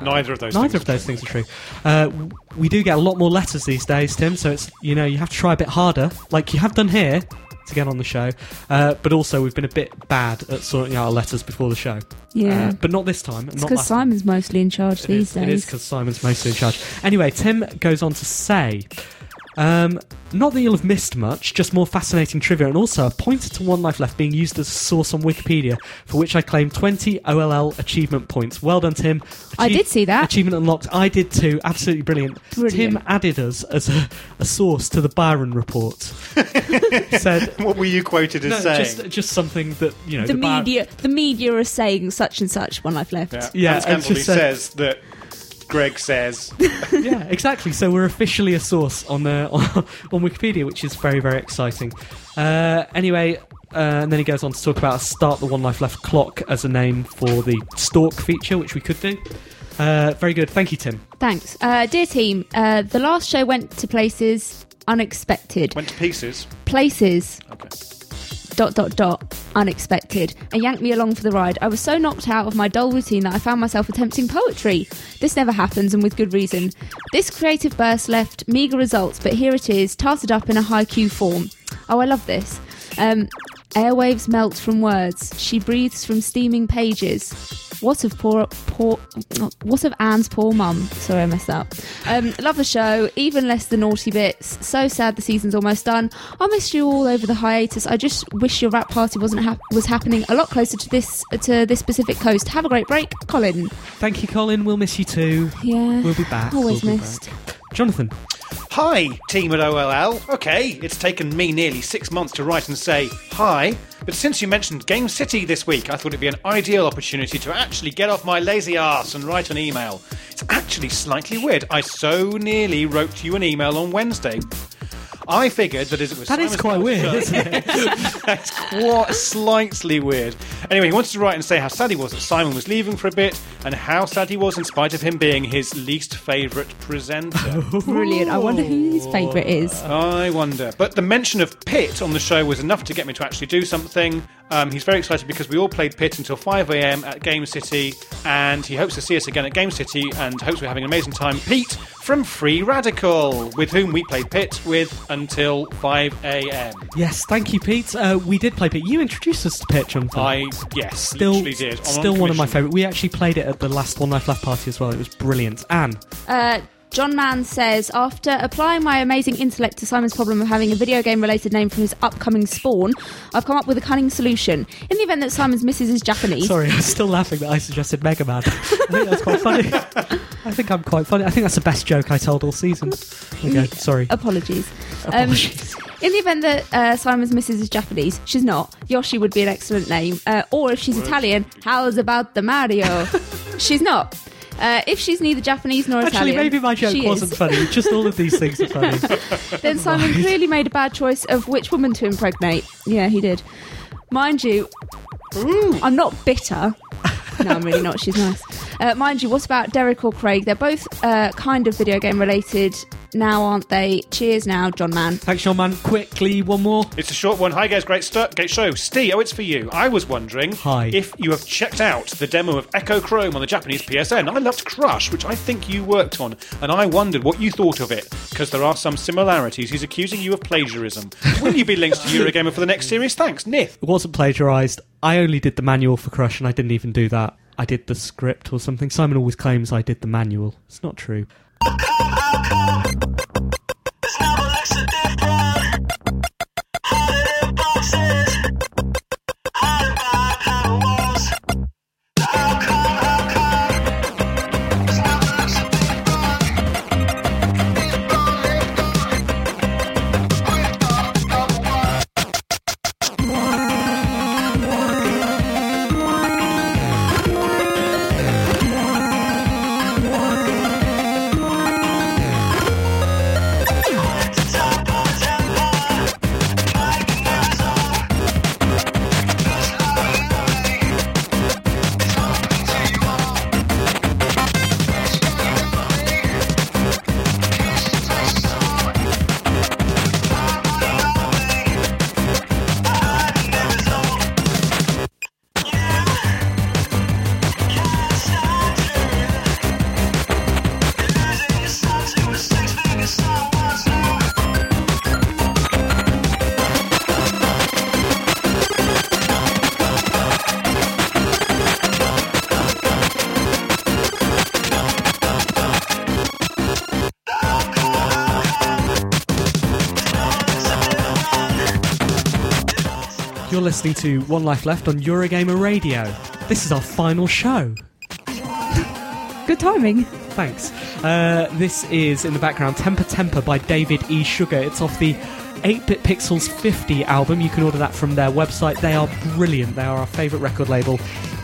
Neither of those
Neither
things.
of those things are true. Uh, w- we do get a lot more letters these days, Tim. So it's you know you have to try a bit harder, like you have done here, to get on the show. Uh, but also we've been a bit bad at sorting out our letters before the show.
Yeah.
Uh, but not this time.
It's because Simon's mostly in charge these
It is
days.
because Simon's mostly in charge. Anyway, Tim goes on to say. Um, not that you'll have missed much, just more fascinating trivia, and also a pointer to One Life Left being used as a source on Wikipedia, for which I claim 20 OLL achievement points. Well done, Tim.
I did see that.
Achievement unlocked. I did too. Absolutely brilliant.
Brilliant.
Tim added us as a, a source to the Byron report. Said.
What were you quoted as
No,
saying?
just, just something that, you know,
the
Byron-
media the media are saying such and such one life left.
yeah.
yeah,
Hans
it's
Gandalf
just said-
says that Greg says.
yeah, exactly. So we're officially a source on uh, on, on Wikipedia, which is very very exciting. Uh, anyway. Uh, and then he goes on to talk about start the one life left clock as a name for the stalk feature, which we could do. Uh, very good, thank you, Tim.
Thanks. Uh, dear team, uh, the last show went to places unexpected.
Went to pieces.
places
Okay.
dot dot dot unexpected and yanked me along for the ride. I was so knocked out of my dull routine that I found myself attempting poetry. This never happens and with good reason. This creative burst left meagre results, but here it is, tarted up in a haiku form. Oh, I love this. Um, airwaves melt from words. She breathes from steaming pages. What of poor, poor, what of Anne's poor mum? Sorry, I messed up. Um, love the show, even less the naughty bits. So sad the season's almost done. I missed you all over the hiatus. I just wish your rap party wasn't hap was happening a lot closer to this to this Pacific coast. Have a great break, Colin.
Thank you, Colin. We'll miss you too.
Yeah,
We'll be back.
Always
We'll be
missed.
Jonathan,
Hi, team at OLL. Okay, it's taken me nearly six months to write and say hi, but since you mentioned Game City this week, I thought it'd be an ideal opportunity to actually get off my lazy ass and write an email. It's actually slightly weird. I so nearly wrote you an email on Wednesday. I figured that as it was
That is
Simon's
quite weird,
birthday-
isn't it?
that's quite slightly weird. Anyway, he wanted to write and say how sad he was that Simon was leaving for a bit, and how sad he was in spite of him being his least favourite presenter.
Brilliant. I wonder who his favourite is.
I wonder. But the mention of Pitt on the show was enough to get me to actually do something. Um, he's very excited because we all played Pit until 5 a.m. at Game City, and he hopes to see us again at Game City and hopes we're having an amazing time. Pete from Free Radical, with whom we played Pit with until 5 a.m.
Yes, thank you, Pete. Uh, we did play Pit. You introduced us to Pit, Jonathan.
I, yes,
still,
literally did. I'm
still one of my
commission.
favourite. We actually played it at the last One Life Left party as well. It was brilliant. Anne,
Uh, John Mann says, after applying my amazing intellect to Simon's problem of having a video game related name for his upcoming spawn, I've come up with a cunning solution. In the event that Simon's missus is Japanese,
sorry, I'm still laughing that I suggested Mega Man. I think that's quite funny. I think I'm quite funny. I think that's the best joke I told all season. Okay, sorry.
apologies. Um, in the event that uh, Simon's missus is Japanese, she's not. Yoshi would be an excellent name. Uh, or if she's Italian, how's about the Mario? she's not. Uh, if she's neither Japanese nor
Actually,
Italian,
maybe my joke
she
wasn't
is.
funny. Just all of these things are funny.
Then Simon
Right.
clearly made a bad choice of which woman to impregnate. Yeah, he did. Mind you, I'm not bitter. No, I'm really not. She's nice. Uh, mind you, what about Derek or Craig? They're both uh, kind of video game related now, aren't they? Cheers now, John Mann.
Thanks, Sean Man. Quickly, one more.
It's a short one. Hi guys, great, stu- great show. Steve, oh, it's for you. I was wondering
Hi.
if you have checked out the demo of Echo Chrome on the Japanese PSN. I loved Crush, which I think you worked on, and I wondered what you thought of it because there are some similarities. He's accusing you of plagiarism. Will you be linked to Eurogamer for the next series? Thanks, Nith.
It wasn't plagiarised. I only did the manual for Crush, and I didn't even do that. I did the script or something. Simon always claims I did the manual. It's not true. You're listening to One Life Left on Eurogamer Radio. This is our final show.
Good timing.
Thanks. Uh, this is in the background Temper Temper by David E. Sugar. It's off the 8 Bit Pixels 50 album. You can order that from their website. They are brilliant. They are our favourite record label,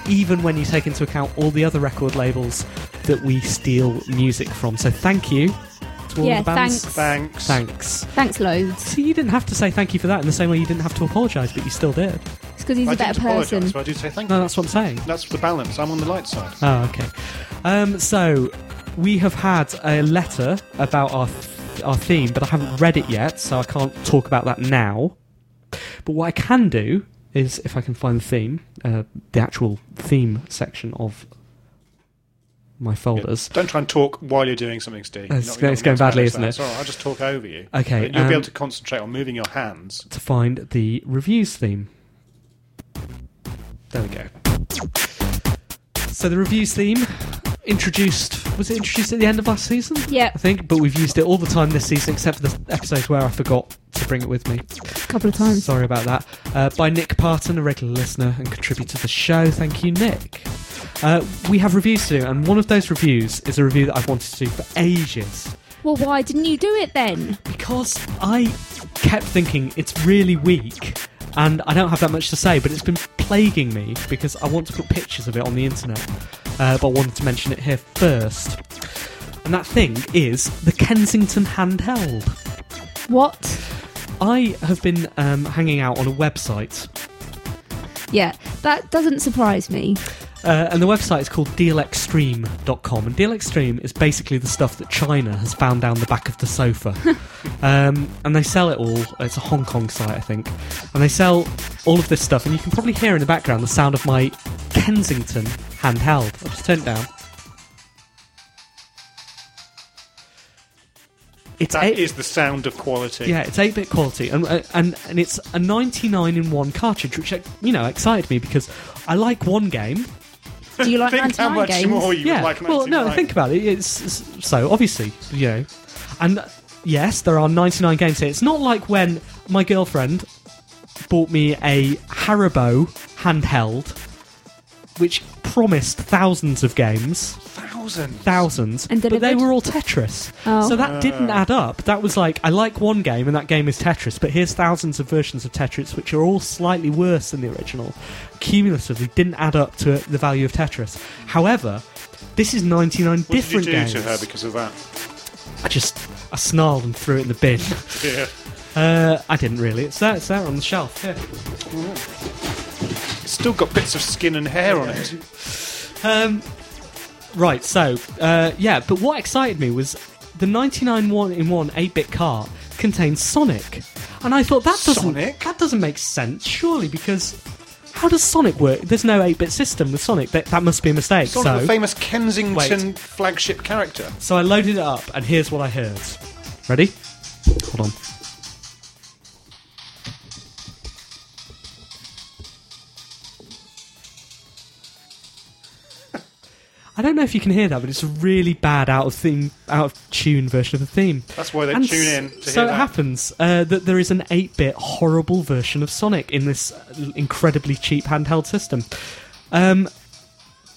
even when you take into account all the other record labels that we steal music from. So thank you to all
Yeah,
the bands.
thanks.
Thanks.
Thanks.
Thanks loads.
See, you didn't have to say thank you for that in the same way you didn't have to apologise, but you still did.
It's because he's
I
a
didn't
better
apologise,
person.
but I do say thank
No,
you.
that's what I'm saying.
That's the balance. I'm on the light side.
Oh, okay. Um, so we have had a letter about our our theme, but I haven't read it yet, so I can't talk about that now. But what I can do is, if I can find the theme, uh, the actual theme section of my folders.
Don't try and talk while you're doing something, Steve.
It's-
You're not- you're not
it's going
meant to
badly,
manage
isn't
that.
it?
It's all right. I'll just talk over you.
Okay,
But You'll
um,
be able to concentrate on moving your hands.
to find the reviews theme. There we go. So the reviews theme introduced was it introduced at the end of last season?
Yeah.
I think, but we've used it all the time this season except for the episodes where I forgot to bring it with me.
A couple of times.
Sorry about that. Uh, by Nick Parton, a regular listener and contributor to the show. Thank you, Nick. Uh, we have reviews to do, and one of those reviews is a review that I've wanted to do for ages
Well, why didn't you do it then?
because I kept thinking it's really weak and I don't have that much to say, but it's been plaguing me because I want to put pictures of it on the internet, uh, but I wanted to mention it here first. And that thing is the Kensington handheld.
What?
I have been um, hanging out on a website
Yeah, that doesn't surprise me.
Uh, and the website is called dealextreme.com. And dealextreme is basically the stuff that China has found down the back of the sofa. um, and they sell it all. It's a Hong Kong site, I think. And they sell all of this stuff. And you can probably hear in the background the sound of my Kensington handheld. I'll just turn it down. It's
That
eight-
is the sound of quality.
yeah, it's eight bit quality, and uh, and and it's a ninety nine in one cartridge, which uh, you know excited me because I like one game.
Do you like
Think how
99
much
games?
more you
yeah,
would like.
well, no,
99.
think about it. It's, it's so obviously, you know, and uh, yes, there are ninety nine games here. It's not like when my girlfriend bought me a Haribo handheld, which promised thousands of games
thousand.
thousands,
And
but they
delivered?
were all Tetris.
Oh.
So that didn't
Ah.
add up. That was like, I like one game, and that game is Tetris, but here's thousands of versions of Tetris, which are all slightly worse than the original. Cumulatively, didn't add up to the value of Tetris. However, this is 99
What did you
different
do
games.
to her because of that?
I just, I snarled and threw it in the bin.
Yeah.
Uh, I didn't really. It's there. It's there on the shelf. Yeah.
It's still got bits of skin and hair on it.
Um, right, so, uh, yeah, but what excited me was the 99 one in 1 8 bit car contains Sonic. And I thought that doesn't
Sonic?
that doesn't make sense, surely, because how does Sonic work? There's no 8 bit system with Sonic. That, that must be a mistake.
Sort of
so,
the famous Kensington flagship character.
so I loaded it up, and here's what I heard. Ready? Hold on. I don't know if you can hear that, but it's a really bad out of theme, out of tune version of the theme.
That's why they
And
tune in
s-
to
so
hear
it
that.
happens uh, that there is an 8-bit horrible version of Sonic in this uh, incredibly cheap handheld system. Um,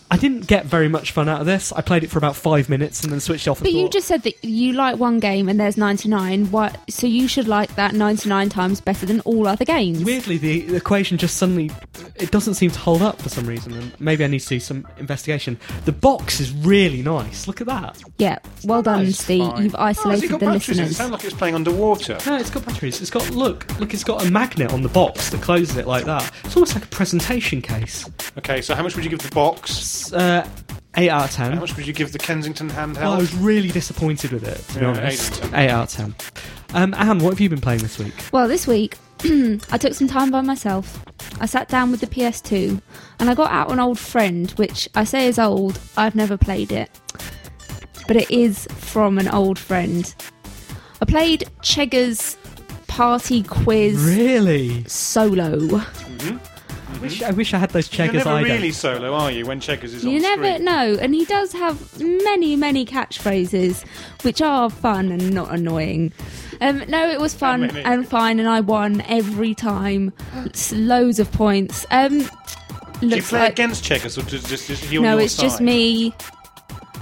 I didn't get very much fun out of this. I played it for about five minutes and then switched off. and
But you
thought-
just said that you like one game and there's 99. What? So you should like that 99 times better than all other games.
Weirdly, the the equation just suddenly it doesn't seem to hold up for some reason, and maybe I need to do some investigation. The box is really nice. Look at that.
yeah. Well done,
That's
Steve.
fine.
You've
Oh, has it
isolated
got
the
batteries in it? It
listeners.
sounds like it's playing underwater.
No, it's got batteries. It's got look, look. It's got a magnet on the box that closes it like that. It's almost like a presentation case.
Okay, so how much would you give the box?
It's, uh, eight out of
How
ten.
much would you give the Kensington
Well, I
handheld?
was really disappointed with it, to be
Yeah, eight
honest.
out of
Eight, out of ten. Um, Anne, what have you been playing this week?
Well, this week, I took some time by myself. I sat down with the PS2 and I got out an old friend, which I say is old. I've never played it. But it is from an old friend. I played Cheggers Party Quiz
Really?
Solo.
I wish I, wish I had those
You're
checkers.
never
I don't.
really solo, are you? When Checkers is on
You never
screen.
know, and he does have many, many catchphrases, which are fun and not annoying. Um, no, it was fun
many?
and fine, and I won every time. It's loads of points. Um,
Do you
looks
play
like
against Checkers or just, just, just he on
no,
your
it's just
side?
me.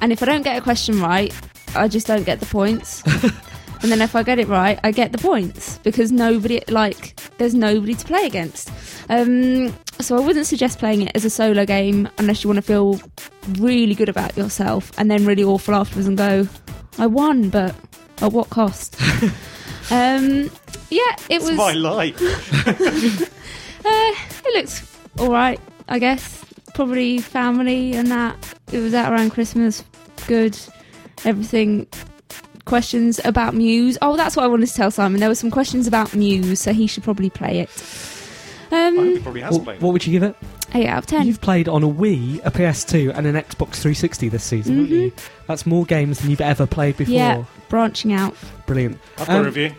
And if I don't get a question right, I just don't get the points. and then if I get it right, I get the points because nobody like there's nobody to play against. Um, so I wouldn't suggest playing it as a solo game unless you want to feel really good about yourself and then really awful afterwards and go, I won, but at what cost? um, yeah, it
It's
was.
my life.
Uh, it looks all right, I guess. Probably family and that. It was out around Christmas. Good. Everything. Questions about Muse. Oh, that's what I wanted to tell Simon. There were some questions about Muse, so he should probably play it.
I hope he
Um,
probably has
What,
played.
what would you give it?
eight out of ten.
You've played on a Wii, a PS2, and an Xbox 360 this season, haven't you? That's more games than you've ever played before.
Mm-hmm. yeah, branching out.
Brilliant.
I've got a
Um,
review.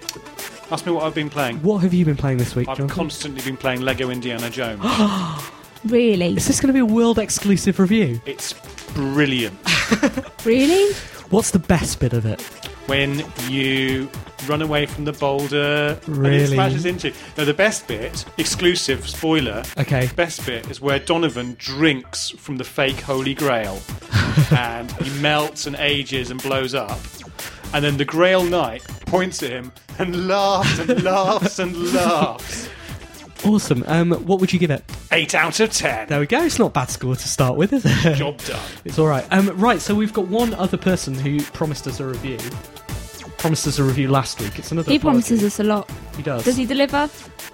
Ask me what I've been playing.
What have you been playing this week,
I've
Jonathan?
constantly been playing Lego Indiana Jones.
Really,
Is this going to be a world exclusive review?
it's brilliant.
really.
What's the best bit of it?
when you run away from the boulder and
Really?
it smashes into. Now the best bit, exclusive spoiler.
Okay.
Best bit is where Donovan drinks from the fake Holy Grail, and he melts and ages and blows up. And then the Grail Knight points at him and laughs and laughs and laughs.
Awesome. Um, what would you give it?
Eight out of ten.
There we go. It's not a bad score to start with, is it?
Job done.
It's all right. Um, right. So we've got one other person who promised us a review. Promised us a review last week. It's another.
He
apology.
promises us a lot.
He does.
Does he deliver?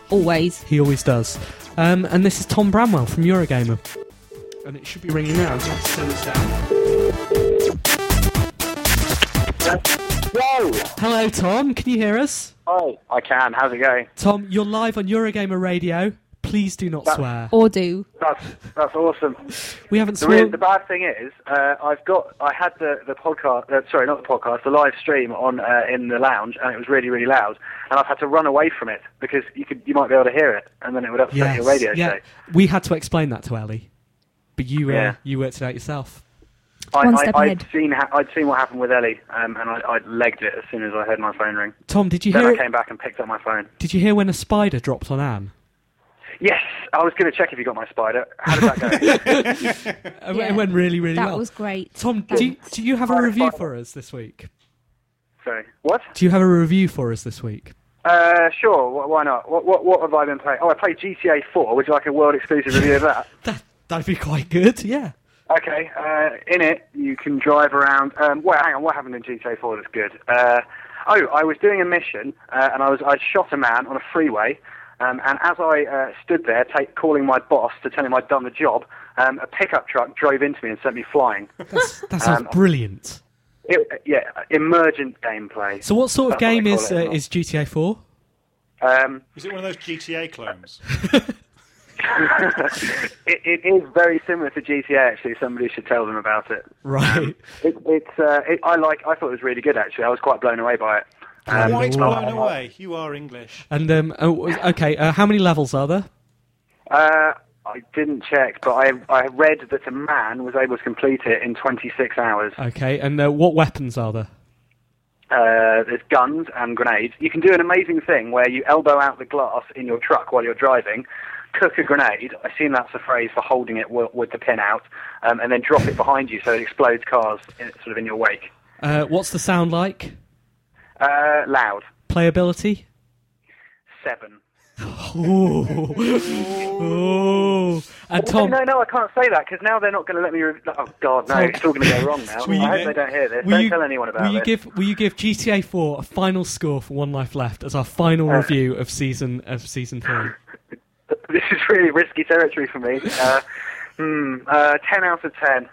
Always.
He always does. Um, and this is Tom Bramwell from Eurogamer. and it should be ringing now. Do you want to turn this down?
Yo!
Hello, Tom. Can you hear us?
Hi. I can. How's it going?
Tom, you're live on Eurogamer Radio. Please do not swear.
Or do.
That's that's awesome.
We haven't
The, re-
sworn.
the bad thing is, uh, I've got I had the the podcast. Uh, sorry, not the podcast. The live stream on uh, in the lounge, and it was really really loud. And I've had to run away from it because you could you might be able to hear it, and then it would upset your radio
yeah.
show.
We had to explain that to Ellie, but you uh,
Yeah.
you worked it out yourself.
I,
One
I,
step
I'd
ahead.
seen ha- I'd seen what happened with Ellie, um, and I, I legged it as soon as I heard my phone ring.
Tom, did you
Then
hear?
I came back and picked up my phone.
Did you hear when a spider dropped on Anne?
Yes, I was going to check if you got my spider. How did that go?
Uh, It
Yeah.
went really, really
That
well.
was great.
Tom, do you,
Thanks.
do you have a review for us this week?
Sorry, what?
Do you have a review for us this week?
Uh, sure. Wh- why not? What, what what have I been playing? Oh, I played GTA 4. Would you like a world exclusive review of that?
That that'd be quite good. Yeah.
Okay, uh, in it you can drive around. Um, wait, hang on. What happened in GTA 4 that's good? Uh, oh, I was doing a mission uh, and I was I shot a man on a freeway. Um, and as I uh, stood there, take, calling my boss to tell him I'd done the job, um, a pickup truck drove into me and sent me flying. Um,
That's, that sounds brilliant.
It, yeah, emergent gameplay.
So, what sort of
That's
game
they
is
call it
uh, is GTA Four?
Um,
Was it one of those GTA clones?
it, it is very similar to GTA. Actually, somebody should tell them about it.
Right.
It, it's uh, it, I like. I thought it was really good. Actually, I was quite blown away by it. Um,
Quite
Lord.
blown away. You are English.
And um, oh, okay, uh, how many levels are there?
uh, I didn't check, but I I read that a man was able to complete it in 26 hours.
Okay, and uh, what weapons are there?
Uh, there's guns and grenades. You can do an amazing thing where you elbow out the glass in your truck while you're driving, cook a grenade. I assume that's the phrase for holding it w- with the pin out, um, and then drop it behind you so it explodes cars in, sort of in your wake.
Uh, what's the sound like?
Uh, loud
Playability?
seven.
Ooh. Ooh. And Uh, Tom,
no, no, I can't say that because now they're not going to let me. Re- oh God, no!
Tom-
It's all going to go wrong now.
will you
I hope
gi-
they don't hear this.
will
Don't
you-
tell anyone about
will you
it.
Give, will you give GTA 4 a final score for One Life Left as our final
Uh.
review of season of season three?
This is really risky territory for me. Uh, hmm, uh, ten out of ten.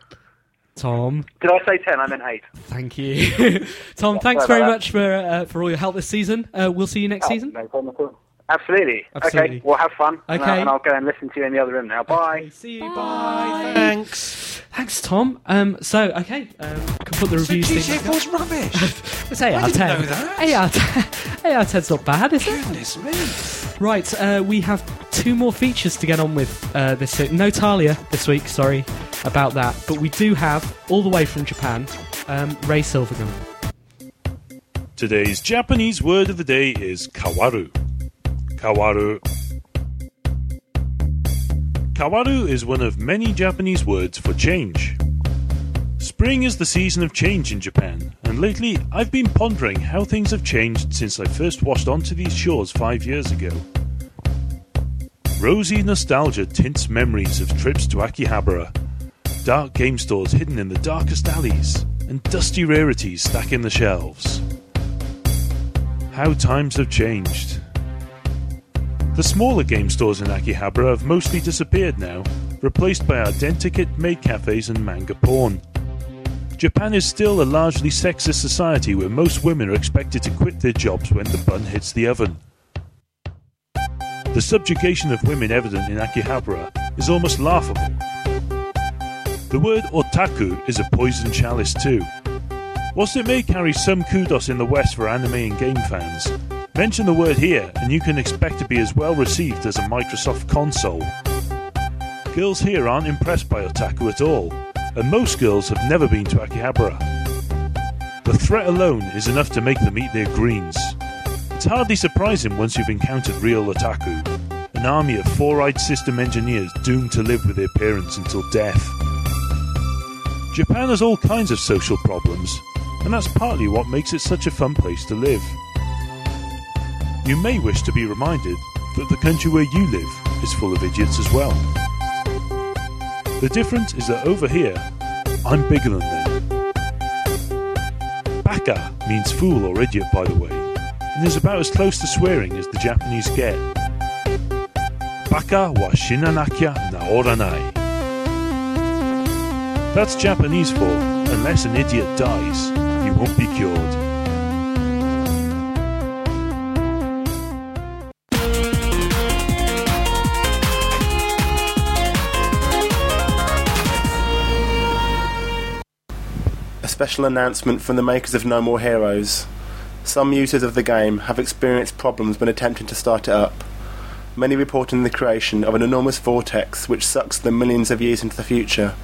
Tom,
Did I say ten? I meant eight.
thank you. Tom, thanks
about
very
that. Oh,
much for uh, for all your help this season. Uh, we'll see you next season.
No problem at all. Absolutely.
Absolutely.
Okay. Well, have fun. And, uh,
Okay.
And I'll go and listen to you in the other room now. Bye.
See you.
Bye. Thanks.
Thanks, Tom. Um, so okay, um, can put the
So
reviews.
GTA
thing.
4's rubbish.
It's AR10.
didn't know that.
AR10 AR10's not bad, is it?
Goodness me.
Right, uh, we have two more features to get on with uh, this. No Talia this week, sorry about that. But we do have, all the way from Japan, um, Ray Silverman.
Today's Japanese word of the day is kawaru. Kawaru. Kawaru is one of many Japanese words for change. Spring is the season of change in Japan, and lately I've been pondering how things have changed since I first washed onto these shores five years ago. Rosy nostalgia tints memories of trips to Akihabara, dark game stores hidden in the darkest alleys, and dusty rarities stacking the shelves. How times have changed. The smaller game stores in Akihabara have mostly disappeared now, replaced by our denticate maid cafes and manga porn. Japan is still a largely sexist society where most women are expected to quit their jobs when the bun hits the oven. The subjugation of women evident in Akihabara is almost laughable. The word otaku is a poison chalice too. Whilst it may carry some kudos in the West for anime and game fans, mention the word here and you can expect to be as well received as a Microsoft console. Girls here aren't impressed by otaku at all, and most girls have never been to Akihabara. The threat alone is enough to make them eat their greens. It's hardly surprising once you've encountered real otaku, an army of four eyed system engineers doomed to live with their parents until death. Japan has all kinds of social problems, and that's partly what makes it such a fun place to live. You may wish to be reminded that the country where you live is full of idiots as well. The difference is that over here, I'm bigger than them. Baka means fool or idiot, by the way, and is about as close to swearing as the Japanese get. Baka wa shinanakya naoranai. That's Japanese for unless an idiot dies, you won't be cured.
A special announcement from the makers of No More Heroes. Some users of the game have experienced problems when attempting to start it up. Many reporting the creation of an enormous vortex which sucks them millions of years into the future,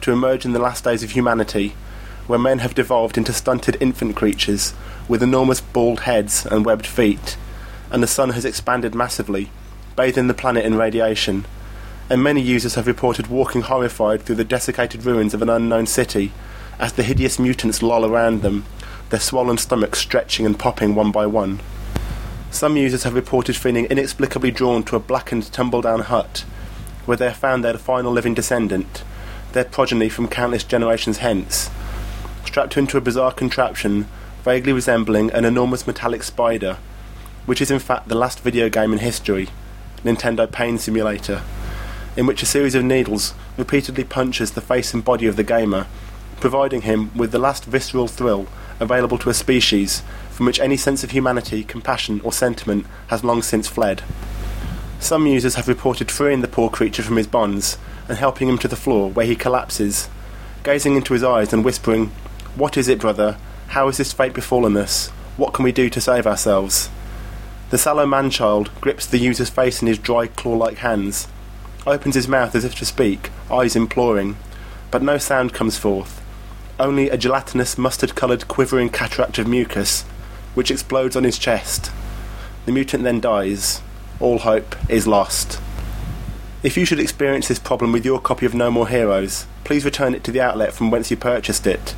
to emerge in the last days of humanity, where men have devolved into stunted infant creatures with enormous bald heads and webbed feet, and the sun has expanded massively, bathing the planet in radiation. And many users have reported walking horrified through the desiccated ruins of an unknown city, as the hideous mutants loll around them, their swollen stomachs stretching and popping one by one. Some users have reported feeling inexplicably drawn to a blackened, tumble down hut, where they have found their final living descendant, their progeny from countless generations hence, strapped into a bizarre contraption vaguely resembling an enormous metallic spider, which is in fact the last video game in history, Nintendo Pain Simulator, in which a series of needles repeatedly punches the face and body of the gamer providing him with the last visceral thrill available to a species from which any sense of humanity, compassion, or sentiment has long since fled. Some users have reported freeing the poor creature from his bonds and helping him to the floor where he collapses, gazing into his eyes and whispering, What is it, brother? How has this fate befallen us? What can we do to save ourselves? The sallow man child grips the user's face in his dry, claw like hands, opens his mouth as if to speak, eyes imploring, but no sound comes forth, only a gelatinous, mustard coloured, quivering cataract of mucus, which explodes on his chest. The mutant then dies. All hope is lost. If you should experience this problem with your copy of No More Heroes, please return it to the outlet from whence you purchased it.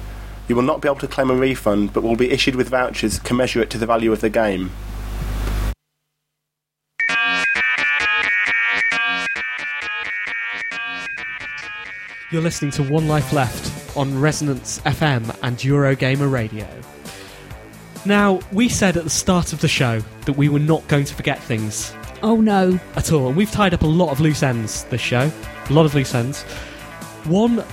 You will not be able to claim a refund, but will be issued with vouchers commensurate to the value of the game.
You're listening to One Life Left on Resonance FM and Eurogamer Radio. Now, we said at the start of the show that we were not going to forget things.
Oh no.
At all. And we've tied up a lot of loose ends this show. A lot of loose ends. One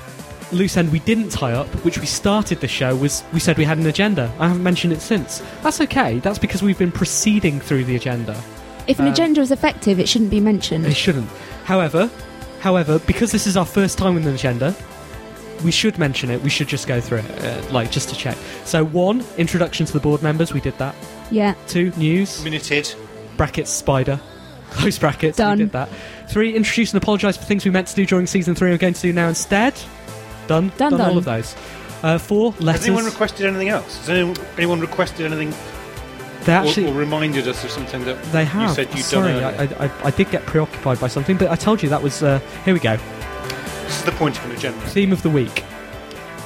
loose end we didn't tie up, which we started the show, was we said we had an agenda. I haven't mentioned it since. That's okay. That's because we've been proceeding through the agenda.
If an
Um,
agenda is effective, it shouldn't be mentioned.
It shouldn't. However, however, because this is our first time with an agenda, we should mention it. We should just go through it, uh, like just to check. So one, introduction to the board members. We did that.
Yeah.
Two, news.
Minuted.
Brackets spider. Close brackets.
Done.
We did that. Three, introduce and apologise for things we meant to do during season three. We're going to do now instead. Done.
Done, done.
all of those. Uh, four letters.
Has anyone requested anything else? Has anyone, anyone requested anything?
They
or-
actually-
or, reminded us of something that
They have.
you said you'd
Sorry,
done earlier.
I, I, I did get preoccupied by something, but I told you that was. Uh, here we go.
this is the point of an agenda.
Theme of the week.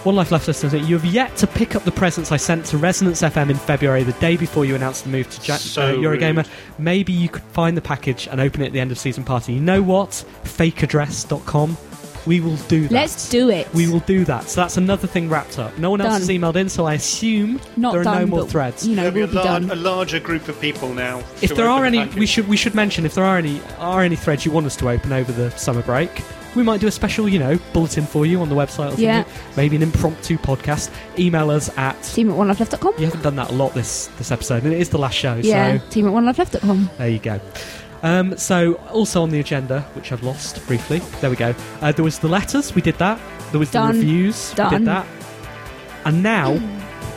One Life Left listeners, you have yet to pick up the presents I sent to Resonance FM in February, the day before you announced the move to ja-
So
uh, Eurogamer.
rude.
Maybe you could find the package and open it at the end of season party. You know what? Fakeaddress.com. We will do that.
Let's do it.
We will do that. So that's another thing wrapped up. No one else
Done.
has emailed in, so I assume
Not
there are
done,
no more
but,
threads.
You know,
There'll be
we'll
a,
be
lar-
done.
a larger group of people now.
if
to
there
open
are any,
the
we
package.
should we should mention if there are any are any threads you want us to open over the summer break, we might do a special you know bulletin for you on the website or something.
Yeah.
Maybe an impromptu podcast. Email us at.
Team at onelifeleft.com.
You haven't done that a lot this this episode, and it is the last show,
Yeah,
so
team at onelifeleft.com.
there you go. Um, so also on the agenda, which I've lost briefly. There we go. Uh, there was the letters. We did that. There was
Done.
the reviews. We
Done.
did that. And now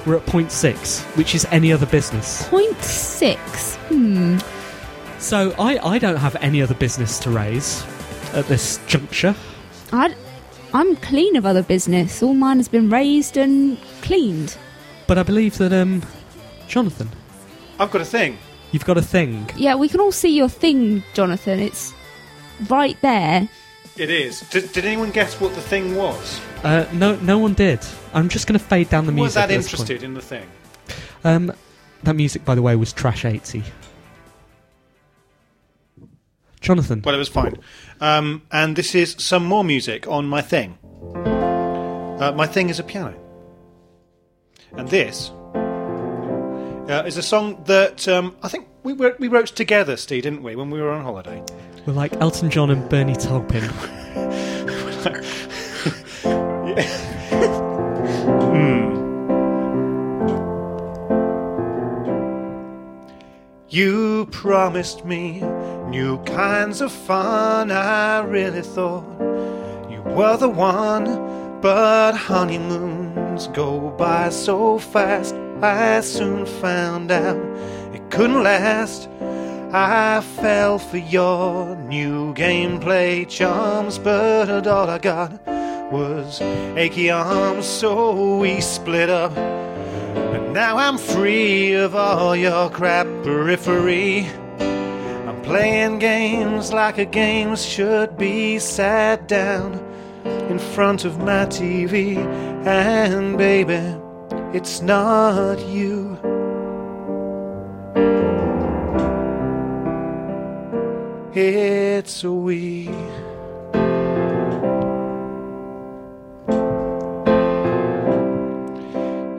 we're at point six, which is any other business.
Point six. Hmm.
So I, I don't have any other business to raise at this juncture.
i I'm clean of other business. All mine has been raised and cleaned.
But I believe that um Jonathan,
I've got a thing.
you've got a thing.
Yeah, we can all see your thing, Jonathan. It's right there.
It is. Did, did anyone guess what the thing was?
Uh, no no one did. I'm just gonna fade down the
Who
music.
was that
at this point.
interested in the thing?
Um that music by the way was trash eighty. Jonathan.
Well, it was fine. Um, and this is some more music on my thing. Uh, my thing is a piano. And this uh, is a song that um, I think we, wrote- we wrote together, Steve, didn't we, when we were on holiday?
We're like Elton John and Bernie Taupin.
You promised me new kinds of fun. I really thought you were the one, but honeymoons go by so fast. I soon found out it couldn't last. I fell for your new gameplay charms, but all I got was achy arms, so we split up. But now I'm free of all your crap periphery. I'm playing games like a game should be sat down in front of my TV. And baby, it's not you. It's we.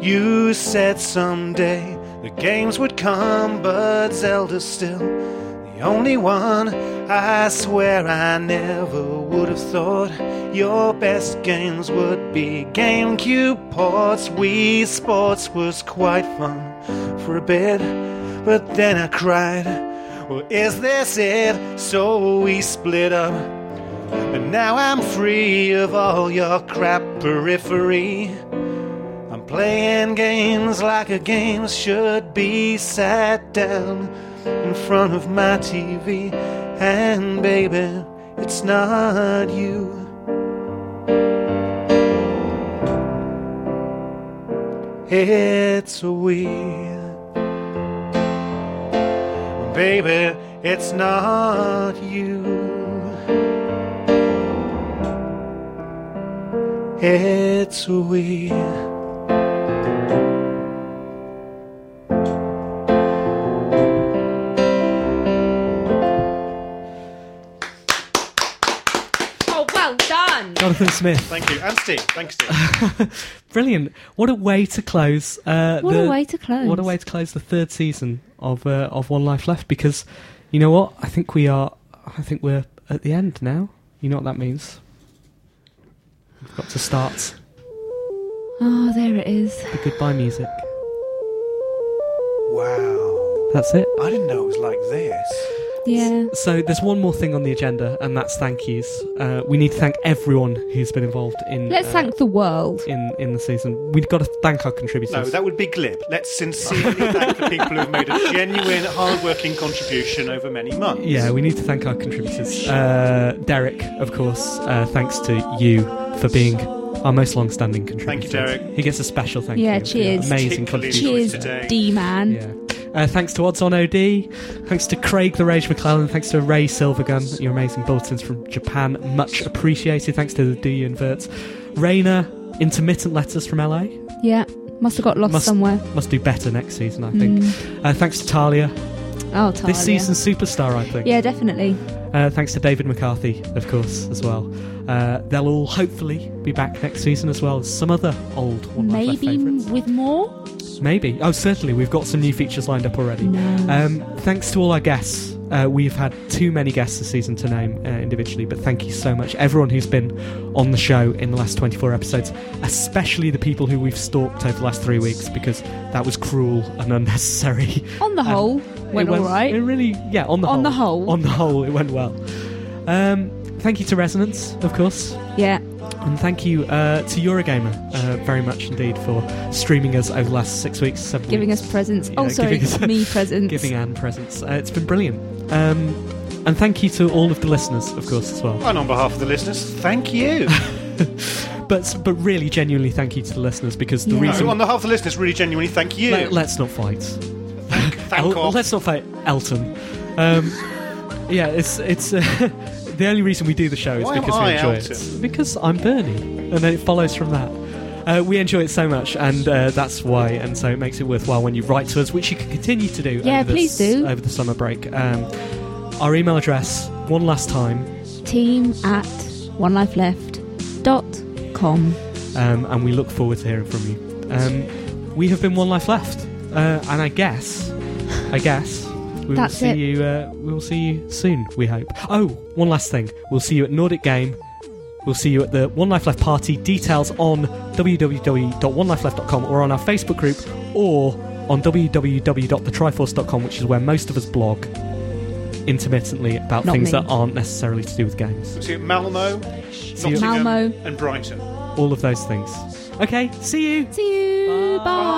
You said someday the games would come, but Zelda's still the only one. I swear I never would have thought your best games would be GameCube ports. Wii Sports was quite fun for a bit, but then I cried. Well, is this it? So we split up. And now I'm free of all your crap periphery. I'm playing games like a game should be sat down in front of my TV. And baby, it's not you. It's we. Baby, it's not you. It's we.
Oh, well done.
Jonathan Smith.
Thank you. And Steve. Thanks, Steve.
Brilliant. What a way to close. Uh,
What a
the-
way to close.
What a way to close the third season of uh, of One Life Left because you know what? I think we are I think we're at the end now. You know what that means? We've got to start
Oh, there it is.
the goodbye music.
Wow.
That's it.
I didn't know it was like this.
Yeah.
So there's one more thing on the agenda, and that's thank yous. Uh, we need to thank everyone who's been involved in
Let's
uh,
thank the world.
in in the season. We've got to thank our contributors.
No, that would be glib. Let's sincerely thank the people who have made a genuine, hard-working contribution over many months.
Yeah, we need to thank our contributors. Uh, Derek, of course, uh, thanks to you for being our most long standing
Thank you,
contributor.
Derek.
He gets a special thank
yeah,
you. for your
cheers.
Amazing
Cheers,
contribution.
D man.
Uh, thanks to Odds on OD, thanks to Craig the Rage McClellan, thanks to Ray Silvergun, your amazing bulletins from Japan, much appreciated. Thanks to the DU Inverts. Rainer, intermittent letters from LA.
Yeah. Must have got lost
Must-
somewhere. Mm.
Must do better next season, I think. Uh, thanks to Talia.
Oh, Talia.
This season's superstar, I think.
Yeah, definitely.
Uh, thanks to David McCarthy, of course, as well. Uh, they'll all hopefully be back next season as well as some other old One Life Left
Maybe
favourites.
with more.
Maybe. Oh, certainly. We've got some new features lined up already. Um, thanks to all our guests. Uh, we've had too many guests this season to name uh, individually, but thank you so much. Everyone who's been on the show in the last 24 episodes, especially the people who we've stalked over the last three weeks, because that was cruel and unnecessary.
On the
And
whole,
it
went all right.
It really, yeah, on the
On
whole.
the whole.
On the whole, it went well. Um, thank you to Resonance, of course.
Yeah.
And thank you uh, to Eurogamer uh, very much indeed for streaming us over the last six weeks, seven
Giving
weeks.
us presents.
Yeah,
Oh, sorry,
giving us-
me presents.
Giving Anne presents. Uh, it's been brilliant. Um, and thank you to all of the listeners, of course, as well.
And on behalf of the listeners, thank you.
But but really, genuinely, thank you to the listeners because the
No,
reason.
on behalf of the listeners, really genuinely, thank you.
No, let's not fight.
thank
El-
off.
let's not fight Elton. Um, yeah, it's it's uh, the only reason we do the show is
Why am
because
I
we enjoy
Elton?
it. Because I'm Bernie, and then it follows from that. Uh, we enjoy it so much, and uh, that's why, and so it makes it worthwhile when you write to us, which you can continue to do.
Yeah,
over the
please
s-
do.
over the summer break. Um, our email address, one last time,
Team at onelifeleft.com.
um, and we look forward to hearing from you. Um, we have been one life left, uh, and I guess, I guess we will
That's
see
it.
you. Uh, we will see you soon. We hope. Oh, one last thing. We'll see you at Nordic Game We'll see you at the One Life Left party. Details on www.onelifeleft.com or on our Facebook group or on www.thetriforce.com, which is where most of us blog intermittently about
Not
things
me.
that aren't necessarily to do with games.
See you at Malmo,
you at-
Nottingham,
Malmo.
and Brighton.
All of those things. Okay, see you.
See you. Bye.